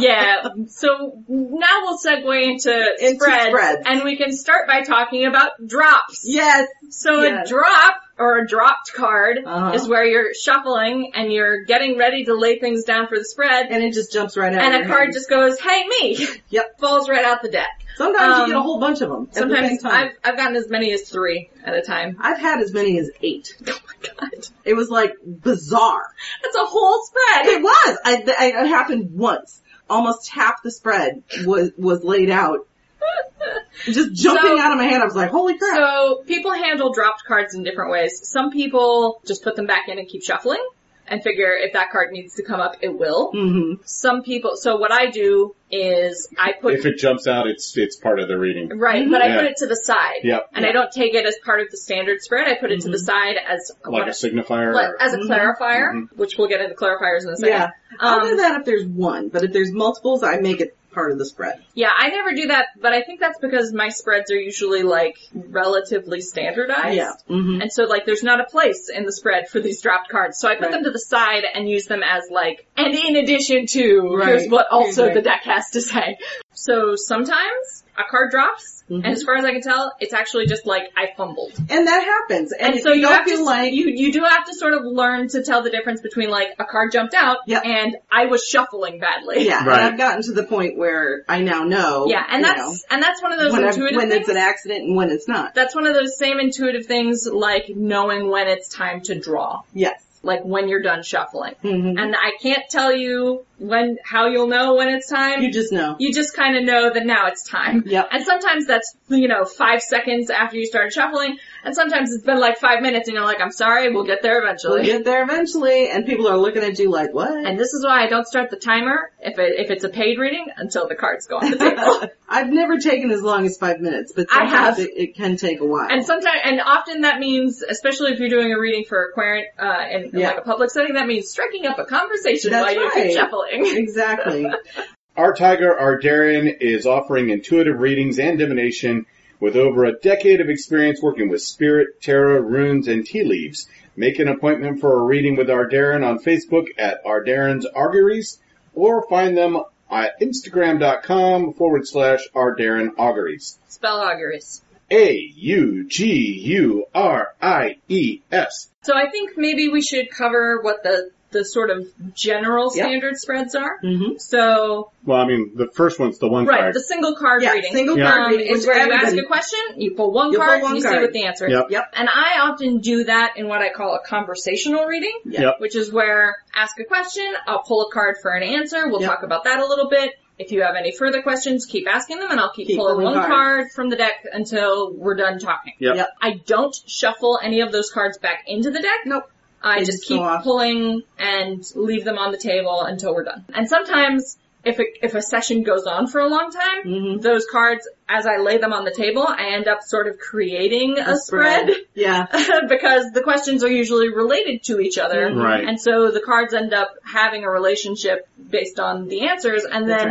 S7: yeah. So now we'll segue into,
S4: Into
S7: spreads,
S4: spreads.
S7: and we can start by talking about drops.
S4: yes.
S7: So
S4: Yes.
S7: a drop or a dropped card
S4: Uh-huh.
S7: is where you're shuffling and you're getting ready to lay things down for the spread
S4: And it just jumps right out.
S7: and
S4: of
S7: a
S4: your
S7: card
S4: hand.
S7: just goes, hey me,
S4: Yep.
S7: falls right out the deck.
S4: Sometimes
S7: um,
S4: you get a whole bunch of them. At the same
S7: Sometimes
S4: time.
S7: I've, I've gotten as many as three at a time.
S4: I've had as many as eight.
S7: Oh my god.
S4: It was like bizarre.
S7: That's a whole spread.
S4: It was. I, th- I, it happened once. Almost half the spread was was laid out. Just jumping
S7: So-
S4: out of my hand, I was like, "Holy crap!"
S7: So people handle dropped cards in different ways. Some people just put them back in and keep shuffling and figure if that card needs to come up, it will.
S4: hmm
S7: Some people, so what I do is I put
S1: If it jumps out, it's, it's part of the reading.
S7: Right, but I
S1: Yeah.
S7: put it to the side.
S1: Yep.
S7: And I don't take it as part of the standard spread. I put it
S4: Mm-hmm.
S7: to the side as
S1: Like a Mm-hmm. signifier.
S7: like-
S1: or-
S7: as a
S4: Mhm.
S7: clarifier, which we'll get into clarifiers in a second.
S4: Yeah.
S7: Um,
S4: I'll do that if there's one, but if there's multiples, I make it part of the spread.
S7: yeah, I never do that, but I think that's because my spreads are usually like relatively standardized.
S4: Yeah. hmm
S7: And so like there's not a place in the spread for these dropped cards. So I put
S4: Right.
S7: them to the side and use them as like, and in addition to, here's
S4: Right.
S7: what also
S4: Right.
S7: the deck has to say. So sometimes a card drops,
S4: Mhm.
S7: And as far as I can tell, it's actually just like I fumbled.
S4: And that happens. And,
S7: And,
S4: if
S7: so you
S4: don't
S7: have
S4: feel
S7: to
S4: like
S7: you you do have to sort of learn to tell the difference between like a card jumped out
S4: Yep.
S7: and I was shuffling badly.
S4: Yeah, and
S1: Right.
S4: I've gotten to the point where I now know.
S7: Yeah, and
S4: you
S7: that's
S4: know,
S7: and that's one of those
S4: when, I've-
S7: intuitive
S4: when
S7: things.
S4: it's an accident and when it's not.
S7: that's one of those same intuitive things like knowing when it's time to draw,
S4: Yes.
S7: like when you're done shuffling.
S4: hmm
S7: And I can't tell you when how you'll know when it's time.
S4: you just know.
S7: you just kind of know that now it's time.
S4: Yep.
S7: And sometimes that's, you know, five seconds after you started shuffling, and sometimes it's been like five minutes and you're like, I'm sorry, we'll get there eventually.
S4: We'll get there eventually, and people are looking at you like, what?
S7: and this is why I don't start the timer if it, if it's a paid reading until the cards go on the table.
S4: I've never taken as long as five minutes, but
S7: I have.
S4: sometimes it, it can take a while.
S7: and sometimes, and often that means, especially if you're doing a reading for a querent, uh, in, in
S4: Yeah.
S7: like a public setting, that means striking up a conversation
S4: That's
S7: while you keep
S4: right.
S7: shuffling.
S4: exactly.
S3: Our Tiger, Our Darren is offering intuitive readings and divination with over a decade of experience working with spirit, tarot, runes, and tea leaves. Make an appointment for a reading with Our Darren on Facebook at Our Darren's Auguries or find them at Instagram.com forward slash Our Darren Auguries.
S7: Spell auguries.
S3: A-U-G-U-R-I-E-S.
S7: So I think maybe we should cover what the, the sort of general
S4: Yep.
S7: standard spreads are.
S4: hmm
S7: So
S1: Well, I mean, the first one's the one
S7: Right,
S1: card.
S7: the single card
S4: Yeah,
S7: reading.
S4: single
S1: Yeah.
S4: card
S7: Um,
S4: reading, which
S7: it's where you ask
S4: everybody-
S7: a question, you pull one
S4: You pull
S7: card,
S4: one
S7: and you see
S4: card.
S7: what the answer is.
S1: Yep.
S4: Yep.
S7: And I often do that in what I call a conversational reading,
S4: Yeah.
S1: Yep.
S7: which is where ask a question, I'll pull a card for an answer, we'll
S4: Yep.
S7: talk about that a little bit. If you have any further questions, keep asking them and I'll keep,
S4: Keep
S7: pulling
S4: pulling
S7: one
S4: cards.
S7: card from the deck until we're done talking.
S1: Yep.
S4: Yep.
S7: I don't shuffle any of those cards back into the deck.
S4: Nope.
S7: I
S4: They
S7: just
S4: just go
S7: keep
S4: off.
S7: pulling and leave them on the table until we're done. And sometimes if it, if a session goes on for a long time,
S4: Mhm.
S7: those cards, as I lay them on the table, I end up sort of creating a, spread,
S4: Yeah.
S7: because the questions are usually related to each other.
S4: Mhm.
S1: Right.
S7: And so the cards end up having a relationship based on the answers and
S4: That's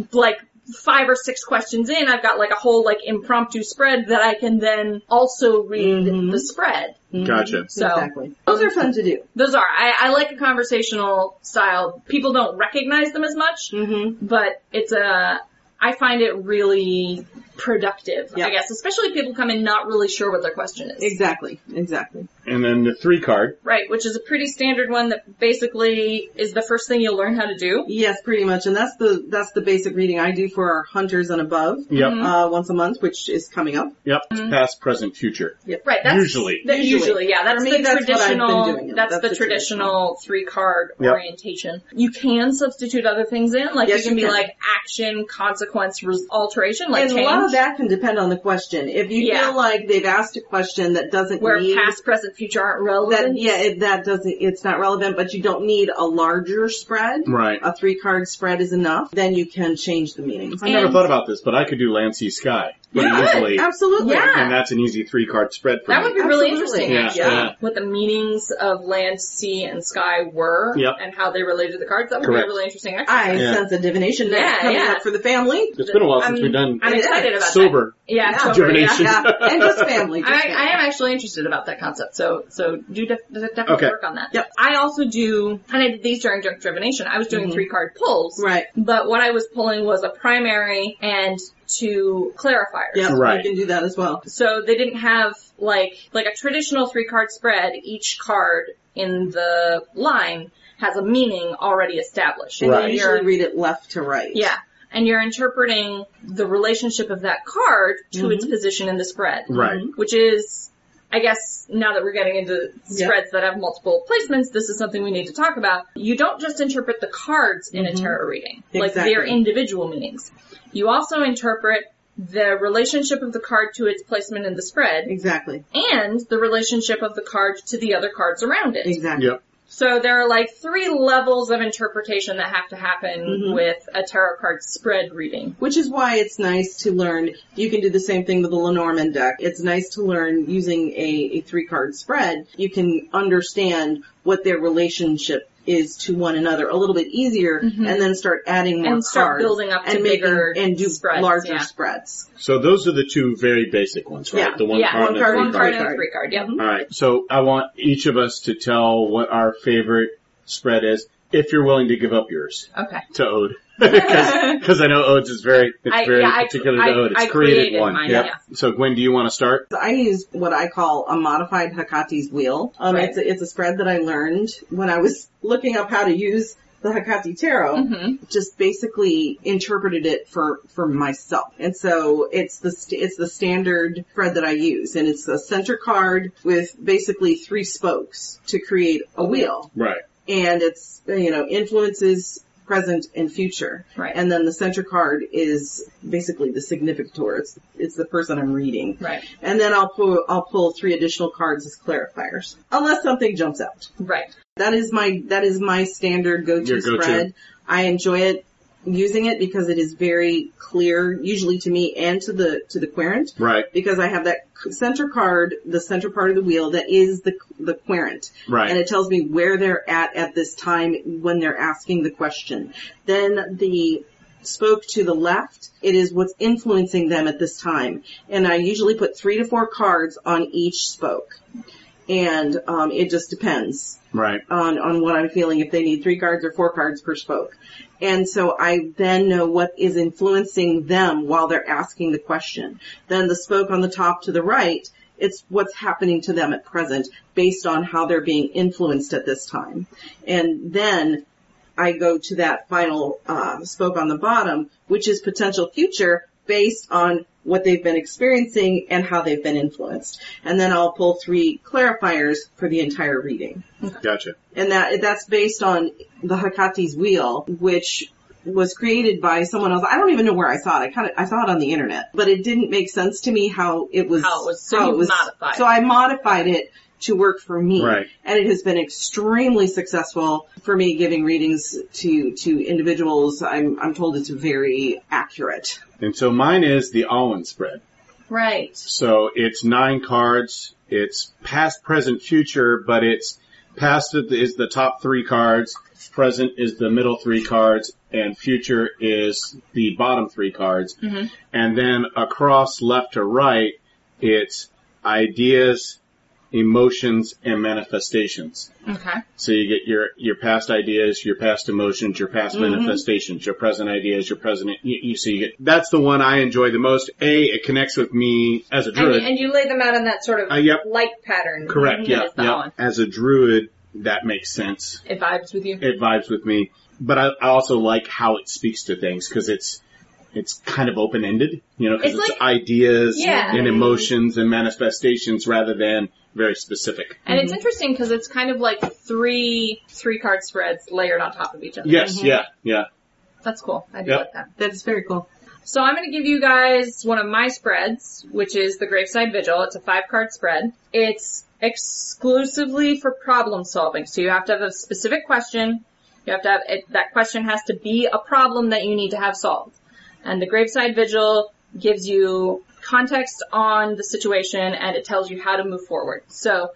S7: then like five or six questions in, I've got like a whole like impromptu spread that I can then also read
S4: Mhm.
S7: the spread.
S4: Mhm.
S1: Gotcha.
S7: So
S4: Exactly. Those are fun to do.
S7: those are, I, I like a conversational style. People don't recognize them as much,
S4: Mm-hmm.
S7: but it's a I find it really productive, I
S4: Yeah.
S7: guess, especially if people come in not really sure what their question is.
S4: Exactly. Exactly.
S1: And then the three card.
S7: Right, which is a pretty standard one that basically is the first thing you'll learn how to do.
S4: Yes, pretty much. And that's the that's the basic reading I do for our hunters and above
S1: Yep.
S7: Mhm.
S4: uh, once a month, which is coming up.
S1: Yep.
S7: Mm-hmm.
S1: Past, present, future.
S7: Right, that's
S1: Usually.
S7: that- usually,
S4: Usually.
S7: yeah, that's
S4: For me,
S7: the
S4: that's what I've been
S7: traditional.
S4: doing, yeah.
S7: That's,
S4: That's
S7: the,
S4: the
S7: traditional, three card
S1: Yep.
S7: orientation. You can substitute other things in, like
S4: Yes,
S7: you can
S4: you
S7: be
S4: can.
S7: like action, consequence, res- alteration, like
S4: and
S7: change,
S4: a lot of that can depend on the question. If you
S7: Yeah.
S4: feel like they've asked a question that doesn't
S7: where
S4: need
S7: past, present, future aren't
S4: that
S7: relevant.
S4: yeah, it, that doesn't it's not relevant, but you don't need a larger spread.
S1: Right.
S4: A three card spread is enough. Then you can change the meaning.
S1: I never
S7: And-
S1: thought about this, but I could do land, sea, sky pretty
S7: Yeah.
S1: easily.
S4: Absolutely.
S7: Yeah.
S1: And that's an easy three card spread for
S7: That
S1: me.
S7: would be really
S4: Absolutely.
S7: interesting,
S1: Yeah,
S7: actually,
S1: yeah.
S7: what the meanings of land, sea, and sky were,
S1: Yep.
S7: and how they related to the cards. That would
S1: Correct.
S7: be a really interesting exercise.
S4: I
S1: Yeah.
S4: sense a divination note
S7: Yeah,
S4: coming
S7: yeah.
S4: up for the family.
S1: it's been a while since
S7: I'm-
S1: we've done
S7: I'm
S4: Yeah.
S7: excited about
S1: sober.
S7: that. Yeah,
S4: Yeah.
S7: sober, yeah.
S1: Divination.
S4: Yeah, and just family. just
S7: I,
S4: family.
S7: I am actually interested about that concept, so so do def- def- definitely
S1: Okay.
S7: work on that.
S4: Yep.
S7: I also do, and I did these during junk divination. I was doing
S4: Mhm.
S7: three card pulls,
S4: Right.
S7: but what I was pulling was a primary and two clarifiers.
S4: Yeah,
S1: Right.
S4: you can do that as well.
S7: So they didn't have like like a traditional three card spread. Each card in the line has a meaning already established.
S4: And
S1: Right.
S4: you
S7: You're-
S4: usually read it left to right.
S7: yeah. And you're interpreting the relationship of that card to
S4: Mhm.
S7: its position in the spread.
S1: Right.
S7: Which is, I guess, now that we're getting into
S4: Yeah.
S7: spreads that have multiple placements, this is something we need to talk about. You don't just interpret the cards in a
S4: Mhm.
S7: tarot reading, like
S4: Exactly.
S7: their individual meanings. You also interpret the relationship of the card to its placement in the spread
S4: Exactly.
S7: and the relationship of the card to the other cards around it.
S4: Exactly.
S1: Yep.
S7: So there are like three levels of interpretation that have to happen
S4: Mhm.
S7: with a tarot card spread reading.
S4: Which is why it's nice to learn. You can do the same thing with the Lenormand deck. It's nice to learn using a, a three card spread. You can understand what their relationship is to one another a little bit easier, and then start adding more
S7: Mm-hmm. And start
S4: cards
S7: building up to
S4: and making-
S7: bigger
S4: and do
S7: spreads,
S4: larger
S7: yeah.
S4: spreads.
S1: So those are the two very basic ones, right?
S4: Yeah.
S1: The one
S7: Yeah,
S1: card
S4: one
S1: and the
S4: card,
S1: three
S7: One
S4: Three
S7: card
S4: card.
S7: and a three card, yep.
S1: All right. So I want each of us to tell what our favorite spread is.
S3: if you're willing to give up yours
S4: Mm-hmm.
S7: Okay.
S3: to Ode. Because I know Ode's is very, it's
S7: I-
S3: very
S7: yeah, I-
S3: particular
S7: I-
S3: to Ode. It's
S7: I
S3: created,
S7: created
S3: one.
S7: mine,
S3: yep.
S7: yeah.
S3: So Gwen, do you want to start?
S4: So I use what I call a modified Hakati's wheel. Um,
S7: Right.
S4: it's, a, it's a spread that I learned when I was looking up how to use the Hakati Tarot. Just basically interpreted it for, for myself. And so it's the, st- it's the standard spread that I use. And it's a center card with basically three spokes to create a wheel.
S3: Right.
S4: And it's, you know, influences present and future.
S7: Right.
S4: And then the center card is basically the significator. It's, it's the person I'm reading.
S7: Right.
S4: And then I'll pull I'll pull three additional cards as clarifiers, unless something jumps out.
S7: Right.
S4: That is my that is my standard go to
S3: Your go-to.
S4: spread. I enjoy it using it because it is very clear, usually to me and to the to the querent,
S3: Right.
S4: because I have that c- center card, the center part of the wheel that is the the querent,
S3: Right.
S4: and it tells me where they're at at this time when they're asking the question. Then the spoke to the left, it is what's influencing them at this time. And I usually put three to four cards on each spoke. And um, it just depends
S3: Right.
S4: on, on what I'm feeling, if they need three cards or four cards per spoke. And so I then know what is influencing them while they're asking the question. Then the spoke on the top to the right, it's what's happening to them at present based on how they're being influenced at this time. And then I go to that final uh, spoke on the bottom, which is potential future based on what they've been experiencing and how they've been influenced. And then I'll pull three clarifiers for the entire reading
S3: Gotcha.
S4: and that that's based on the Hakati's wheel, which was created by someone else. I don't even know where I saw it. I kind of I saw it on the internet, but it didn't make sense to me how it was
S7: How it was- so
S4: how
S7: you modified
S4: So I modified it to work for me,
S3: Right.
S4: and it has been extremely successful for me giving readings to to individuals. I'm I'm told it's very accurate.
S3: And so mine is the Alwyn spread.
S7: Right.
S3: So it's nine cards. It's past, present, future, but it's past is the top three cards, present is the middle three cards, and future is the bottom three cards.
S7: Mm-hmm.
S3: And then across left to right, it's ideas, emotions, and manifestations.
S7: Okay.
S3: So you get your, your past ideas, your past emotions, your past
S7: Mm-hmm.
S3: manifestations, your present ideas, your present, you, you, so you get, that's the one I enjoy the most. A, it connects with me as a
S7: And,
S3: druid.
S7: and you lay them out in that sort of
S3: Uh, yep.
S7: light pattern.
S3: Correct,
S7: Mhm.
S3: yeah,
S7: It's the
S3: yeah.
S7: Allen.
S3: As a druid, that makes sense.
S7: It vibes with you.
S3: It vibes with me. But I, I also like how it speaks to things because it's, it's kind of open-ended, you know, because
S7: It's
S3: it's,
S7: like-
S3: ideas
S7: Yeah.
S3: and emotions and manifestations rather than very specific.
S7: And it's interesting because it's kind of like three three card spreads layered on top of each other.
S3: Yes, yeah, yeah.
S7: That's cool. I do
S3: Yep.
S7: like that.
S4: That's very cool.
S7: So I'm going to give you guys one of my spreads, which is the Graveside Vigil. It's a five card spread. It's exclusively for problem solving. So you have to have a specific question. You have to have, it, that question has to be a problem that you need to have solved. And the Graveside Vigil gives you context on the situation and it tells you how to move forward. So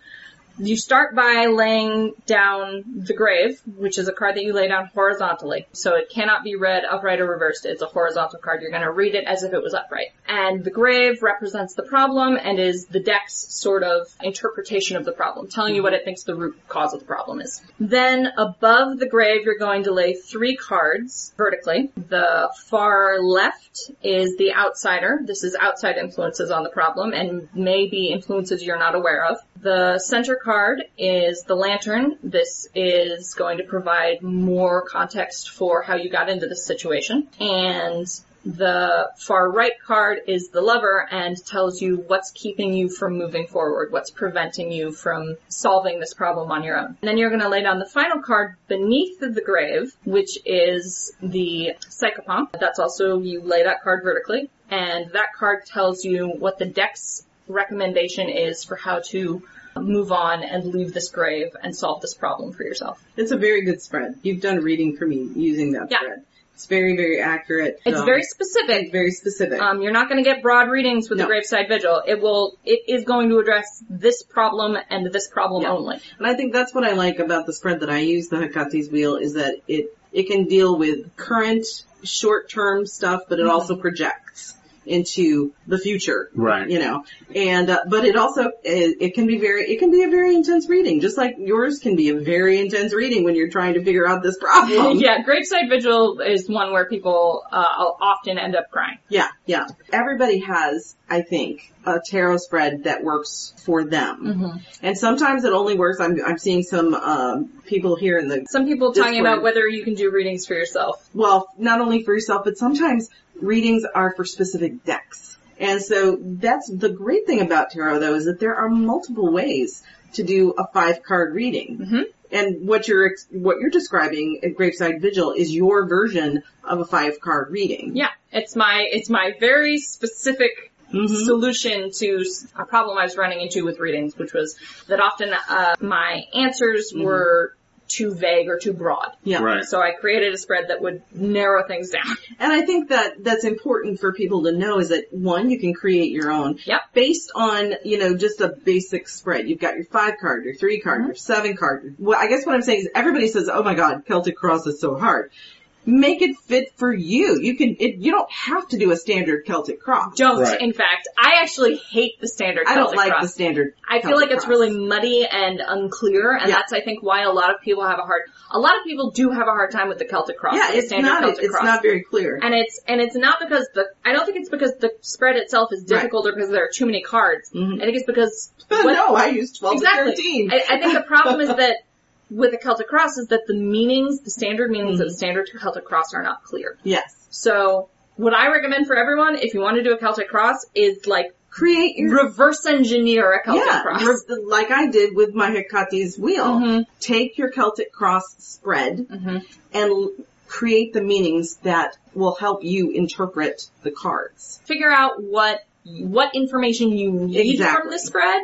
S7: you start by laying down the grave, which is a card that you lay down horizontally. So it cannot be read upright or reversed. It's a horizontal card. You're going to read it as if it was upright. And the grave represents the problem and is the deck's sort of interpretation of the problem, telling you what it thinks the root cause of the problem is. Then above the grave, you're going to lay three cards vertically. The far left is the outsider. This is outside influences on the problem and maybe influences you're not aware of. The center card is the lantern. This is going to provide more context for how you got into this situation. And the far right card is the lover and tells you what's keeping you from moving forward, what's preventing you from solving this problem on your own. And then you're going to lay down the final card beneath the grave, which is the psychopomp. That's also, you lay that card vertically, and that card tells you what the deck's recommendation is for how to move on and leave this grave and solve this problem for yourself.
S4: It's a very good spread. You've done reading for me using that
S7: Yeah.
S4: spread. It's very, very accurate.
S7: It's
S4: Um,
S7: very specific.
S4: very specific.
S7: Um, you're not going to get broad readings with the
S4: No.
S7: graveside vigil. It will. It is going to address this problem and this problem
S4: Yeah.
S7: only.
S4: And I think that's what I like about the spread that I use, the Hakati's wheel, is that it, it can deal with current short-term stuff, but it also projects into the future.
S1: Right.
S4: You know, and, uh, but it also, it, it can be very, it can be a very intense reading, just like yours can be a very intense reading when you're trying to figure out this problem.
S7: yeah, Graveside Vigil is one where people uh, often end up crying.
S4: Yeah, yeah. Everybody has, I think, a tarot spread that works for them. And sometimes it only works, I'm, I'm seeing some, um, people here in the
S7: Some people
S4: This
S7: talking about
S4: word.
S7: whether you can do readings for yourself.
S4: well, not only for yourself, but sometimes readings are for specific decks. And so that's the great thing about tarot though is that there are multiple ways to do a five card reading.
S7: Mhm.
S4: And what you're, ex- what you're describing at Graveside Vigil is your version of a five card reading.
S7: Yeah, it's my it's my very specific
S4: Mhm.
S7: solution to s- a problem I was running into with readings, which was that often uh, my answers
S4: Mm-hmm.
S7: were too vague or too broad.
S4: Yeah.
S1: Right.
S7: So I created a spread that would narrow things down.
S4: And I think that that's important for people to know is that one, you can create your own
S7: Yep.
S4: based on, you know, just a basic spread. You've got your five card, your three card,
S7: Mm-hmm.
S4: your seven card. Well, I guess what I'm saying is everybody says, oh my God, Celtic Cross is so hard. Make it fit for you. You can, it, you don't have to do a standard Celtic Cross.
S7: Don't.
S1: Right.
S7: In fact, I actually hate the standard.
S4: I don't
S7: Celtic
S4: like
S7: cross.
S4: the standard.
S7: I feel like
S4: Celtic
S7: it's
S4: Cross.
S7: really muddy and unclear, and
S4: Yeah.
S7: that's I think why a lot of people have a hard. A lot of people do have a hard time with the Celtic cross.
S4: yeah,
S7: the
S4: it's
S7: standard
S4: not,
S7: Celtic
S4: it's
S7: cross.
S4: not very clear.
S7: and it's and it's not because the I don't think it's because the spread itself is
S4: Right.
S7: difficult or because there are too many cards.
S4: Mhm.
S7: I think it's because
S4: But
S7: what-
S4: no, I use 12
S7: exactly.
S4: to 13.
S7: I, I think the problem is that with the Celtic cross is that the meanings, the standard meanings of the
S4: Mm-hmm.
S7: standard Celtic cross are not clear.
S4: yes.
S7: So what I recommend for everyone, if you want to do a Celtic cross, is like
S4: Create your
S7: reverse engineer a Celtic cross.
S4: re- like I did with my Hecate's wheel.
S7: Mhm.
S4: Take your Celtic cross spread
S7: Mhm.
S4: and l- create the meanings that will help you interpret the cards.
S7: figure out what what information you need from
S4: Exactly.
S7: the spread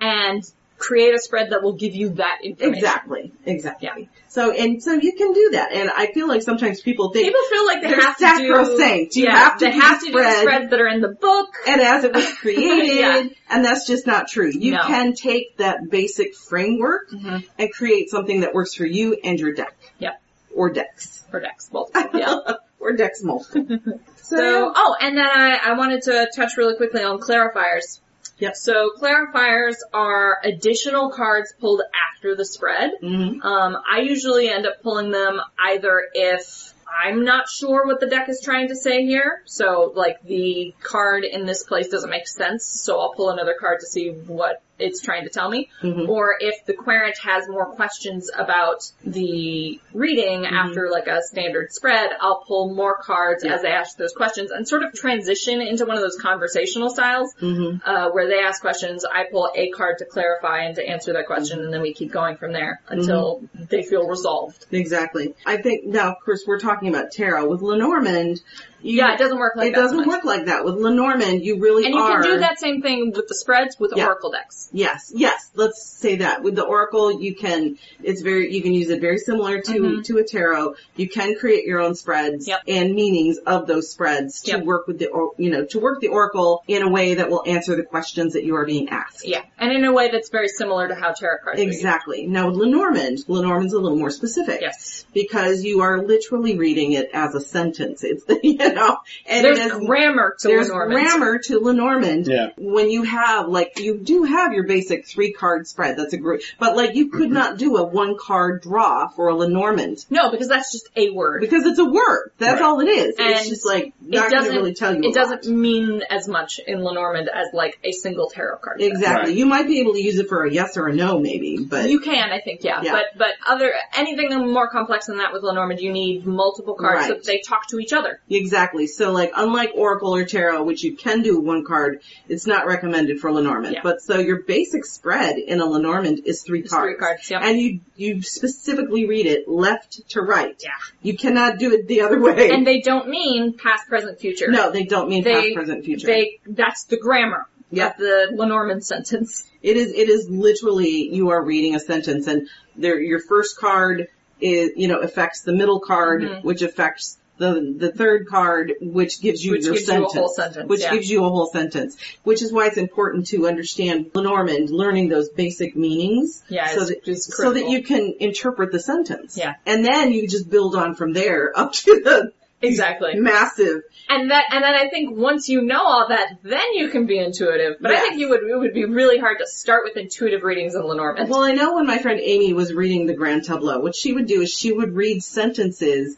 S7: and create a spread that will give you that information.
S4: Exactly, exactly.
S7: Yeah.
S4: So and so you can do that. And I feel like sometimes people think,
S7: People feel like they
S4: They're
S7: have to
S4: sacrosanct.
S7: do
S4: You
S7: yeah,
S4: have to
S7: they
S4: do
S7: have
S4: the
S7: to do the
S4: spread.
S7: spreads that are in the book.
S4: and as it was created,
S7: Yeah.
S4: and that's just not true. You
S7: No.
S4: can take that basic framework
S7: Mhm.
S4: and create something that works for you and your deck.
S7: Yep.
S4: Or decks.
S7: Or decks, multiple. Yeah.
S4: Or decks multiple.
S7: So, oh, and then I, I wanted to touch really quickly on clarifiers.
S4: Yep.
S7: So clarifiers are additional cards pulled after the spread.
S4: mhm.
S7: Um, I usually end up pulling them either if I'm not sure what the deck is trying to say here, so like the card in this place doesn't make sense, so I'll pull another card to see what it's trying to tell me,
S4: Mhm.
S7: or if the querent has more questions about the reading after like a standard spread, I'll pull more cards
S4: Yeah.
S7: as I ask those questions and sort of transition into one of those conversational styles
S4: Mhm.
S7: uh, where they ask questions. I pull a card to clarify and to answer that
S4: Mm-hmm.
S7: question, and then we keep going from there until they feel resolved.
S4: Exactly. I think now, of course, we're talking about tarot with Lenormand. You,
S7: Yeah, it doesn't work like
S4: it
S7: that.
S4: doesn't
S7: much.
S4: work like that with Lenormand. You really
S7: And you
S4: are.
S7: can do that same thing with the spreads with
S4: Yeah.
S7: Oracle decks.
S4: Yes, yes. Let's say that with the oracle, you can. It's very. You can use it very similar to
S7: Mhm.
S4: to a tarot. You can create your own spreads
S7: Yep.
S4: and meanings of those spreads to
S7: Yep.
S4: work with the or you know to work the oracle in a way that will answer the questions that you are being asked.
S7: Yeah, and in a way that's very similar to how tarot cards. are used.
S4: Exactly. Now with Lenormand, Lenormand's a little more specific.
S7: Yes.
S4: because you are literally reading it as a sentence. It's you know, and it
S7: There's
S4: is-
S7: grammar to
S4: there's
S7: Lenormand.
S4: grammar to Lenormand.
S1: Yeah.
S4: When you have like you do have your basic three card spread. That's a group, but like you could not do a one card draw for a Lenormand
S7: No, because that's just a word.
S4: because it's a word. That's
S1: Right.
S4: all it is.
S7: And
S4: it's just like
S7: it
S4: not going
S7: doesn't
S4: to really tell you. a
S7: It doesn't
S4: lot.
S7: mean as much in Lenormand as like a single tarot card. does.
S4: Exactly.
S1: Right.
S4: You might be able to use it for a yes or a no, maybe, but
S7: You can, I think, yeah.
S4: Yeah.
S7: But but other anything more complex than that with Lenormand, you need multiple cards so
S4: Right.
S7: that they talk to each other.
S4: Exactly. So like unlike Oracle or Tarot, which you can do one card, it's not recommended for Lenormand.
S7: Yeah.
S4: But so your basic spread in a Lenormand is three
S7: It's
S4: cards.
S7: Three cards, yeah.
S4: And you you specifically read it left to right.
S7: Yeah.
S4: You cannot do it the other way.
S7: And they don't mean past, present, future.
S4: no, they don't mean
S7: They-
S4: past, present, future.
S7: They that's the grammar
S4: Yeah.
S7: of the Lenormand sentence.
S4: It is it is literally you are reading a sentence and there your first card is you know affects the middle card,
S7: Mhm.
S4: which affects the the third card, which gives you
S7: Which
S4: your
S7: gives you a
S4: sentence,
S7: whole sentence,
S4: which
S7: yeah.
S4: gives you a whole sentence, which is why it's important to understand Lenormand, learning those basic meanings,
S7: Yeah,
S4: so
S7: it's-
S4: that
S7: it's
S4: so that
S7: critical.
S4: you can interpret the sentence,
S7: Yeah.
S4: and then you just build on from there up to the
S7: Exactly.
S4: Massive.
S7: And that, and then I think once you know all that, then you can be intuitive. But I think
S4: Yes.
S7: you would, it would be really hard to start with intuitive readings in Lenormand.
S4: Well, I know when my friend Amy was reading the Grand Tableau, what she would do is she would read sentences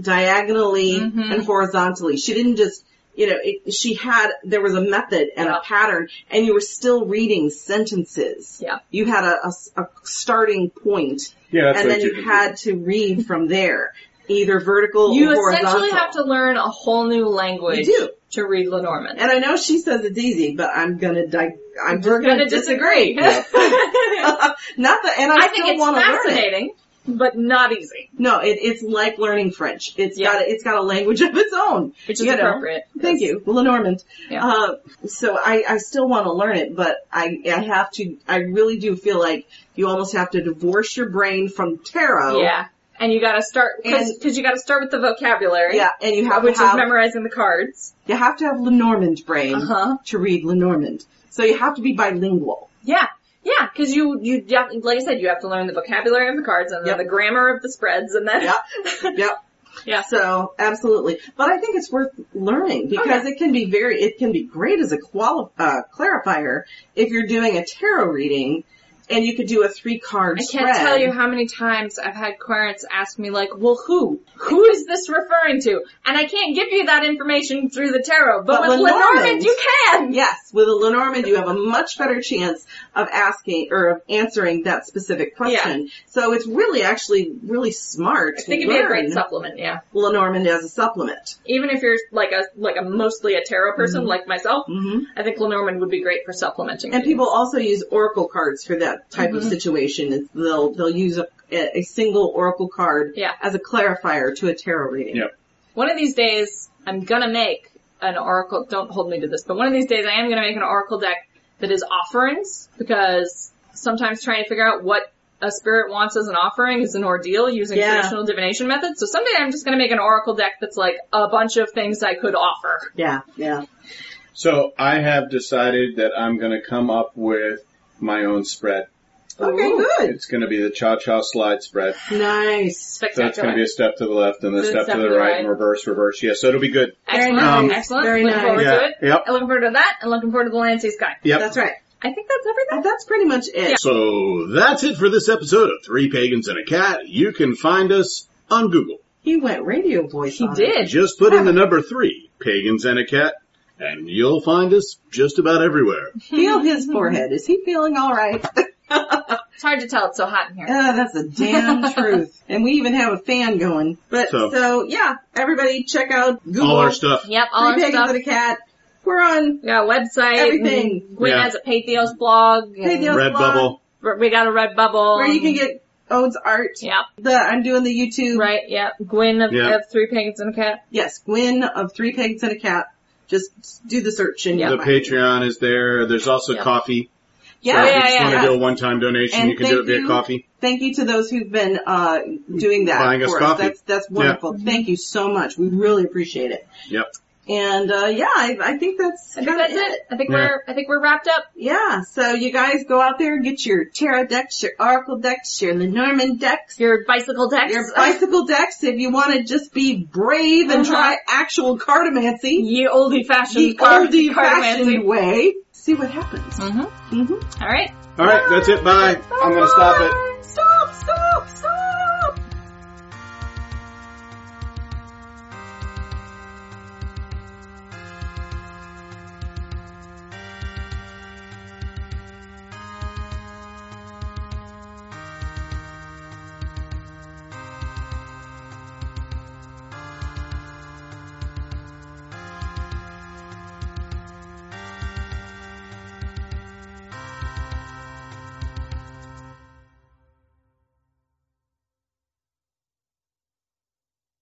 S4: diagonally
S7: Mhm.
S4: and horizontally. She didn't just, you know, it, she had, there was a method and
S7: Yeah.
S4: a pattern and you were still reading sentences.
S7: Yeah.
S4: You had a, a- a starting point
S3: Yeah, that's
S4: and
S3: what
S4: then you
S3: can do.
S4: had to read from there, either vertical
S7: you
S4: or horizontal.
S7: essentially have to learn a whole new language
S4: You do.
S7: to read Lenormand.
S4: And I know she says it's easy, but I'm gonna, di- I'm just
S7: We're
S4: gonna,
S7: gonna disagree.
S4: disagree. Not that, and I,
S7: I
S4: still
S7: think it's
S4: want to learn it.
S7: fascinating, but not easy,
S4: No, it, it's like learning French. It's
S7: Yeah.
S4: got a, it's got a language of its own.
S7: which is
S4: you know.
S7: appropriate.
S4: Thank you, Lenormand.
S7: Yeah.
S4: Uh, so I, I still want to learn it, but I, I have to, I really do feel like you almost have to divorce your brain from tarot.
S7: Yeah. And you gotta start, cause,
S4: And-
S7: 'cause you gotta start with the vocabulary.
S4: Yeah, and you have
S7: Which
S4: to
S7: is
S4: have,
S7: memorizing the cards.
S4: you have to have Lenormand brain
S7: Uh-huh.
S4: to read Lenormand. So you have to be bilingual.
S7: Yeah. Yeah, cause you, you, def- like I said, you have to learn the vocabulary of the cards and then
S4: Yep.
S7: the grammar of the spreads and then,
S4: Yep. Yep.
S7: Yeah. Oh,
S4: So absolutely, but I think it's worth learning because it can be very, it can be great as a quali- uh, clarifier if you're doing a tarot reading, and you could do a three card.
S7: I can't tell you how many times I've had clients ask me like, well who? Who is this referring to? And I can't give you that information through the tarot, but,
S4: But
S7: with Lenormand,
S4: Lenormand-
S7: you can!
S4: Yes, with a Lenormand, you have a much better chance of asking or of answering that specific question. So it's really, actually, really smart
S7: I
S4: to
S7: think it'd be a great
S4: learn
S7: supplement, yeah.
S4: Lenormand as a supplement.
S7: Even if you're like a, like a mostly a tarot person like myself,
S4: Mm-hmm.
S7: I think Lenormand would be great for supplementing.
S4: And
S7: readings.
S4: people also use oracle cards for that type
S7: Mm-hmm.
S4: of situation. It's- They'll they'll use a, a single oracle card
S7: Yeah.
S4: as a clarifier to a tarot reading.
S3: Yeah.
S7: One of these days, I'm gonna make an oracle, don't hold me to this, but one of these days I am gonna make an oracle deck that is offerings, because sometimes trying to figure out what a spirit wants as an offering is an ordeal using
S4: Yeah.
S7: traditional divination methods. So someday I'm just gonna make an oracle deck that's like a bunch of things I could offer.
S4: Yeah, yeah.
S1: So I have decided that I'm going to come up with my own spread.
S4: Okay,
S7: Ooh.
S4: good.
S1: It's going to be the cha-cha slide spread.
S4: Nice.
S1: So it's going
S7: Spectacular.
S1: to be a step to the left and then a
S7: So
S1: step to the right and reverse, reverse. Yeah, so it'll be good.
S7: excellent,
S1: nice,
S7: excellent.
S4: very
S7: looking
S4: nice.
S7: forward to
S1: Yeah.
S7: it.
S1: Yep.
S7: I'm looking forward to that and looking forward to the Lancy Sky.
S1: Yep.
S4: That's right.
S7: I think Oh, that's everything.
S4: And That's pretty much it.
S1: So that's it for this episode of Three Pagans and a Cat. You can find us on Google.
S4: He went radio voice.
S7: He
S4: on it.
S7: did.
S1: Just put in the number three, Pagans and a Cat, and you'll find us just about everywhere.
S4: Feel
S7: Mm-hmm.
S4: his forehead. Is he feeling all right?
S7: It's hard to tell. It's so hot in here.
S4: Ah, that's the damn truth. And we even have a fan going. But so,
S1: So-
S4: yeah, everybody check out Google.
S1: All our stuff.
S7: Yep, all
S4: Three
S7: our
S4: Pagans
S7: stuff.
S4: and a Cat. We're on
S7: We got a website.
S4: Everything.
S7: and Gwen
S1: Yeah.
S7: has a Patheos blog. and
S4: Patheos.
S1: Redbubble.
S7: We got a red bubble.
S4: where you can get Ode's art.
S7: Yep,
S4: The I'm doing the YouTube.
S7: right, yep. Gwen of,
S1: Yeah.
S7: of Three Pagans and a Cat.
S4: Yes, Gwen of Three Pigs and a Cat. Just do the search and
S1: The
S4: you'll find it.
S1: Patreon is there. There's also
S7: Yeah.
S1: coffee.
S4: Yeah,
S1: so if
S7: yeah,
S1: you just
S7: yeah,
S1: want to
S7: yeah.
S1: do a one-time donation,
S4: And
S1: you can do it
S4: thank
S1: via
S4: you.
S1: coffee.
S4: Thank you to those who've been uh, doing that
S1: Buying us
S4: for
S1: coffee.
S4: That's that's wonderful. Thank you so much. We really appreciate it.
S1: Yep.
S4: And uh, yeah, I, I think that's
S7: I think
S4: kinda
S7: that's it. I think
S1: Yeah.
S7: we're I think we're wrapped up.
S4: Yeah. So you guys go out there and get your tarot decks, your oracle decks, your Lenormand decks,
S7: Your bicycle decks.
S4: your bicycle decks. If you want to just be brave and
S7: Uh-huh.
S4: try actual cartomancy,
S7: Ye oldie fashioned
S4: the
S7: card
S4: oldie fashioned way. See what happens.
S7: Mm-hmm.
S4: Mm-hmm.
S7: All right.
S1: All right, that's it. Bye. I'm going to stop it.
S4: Stop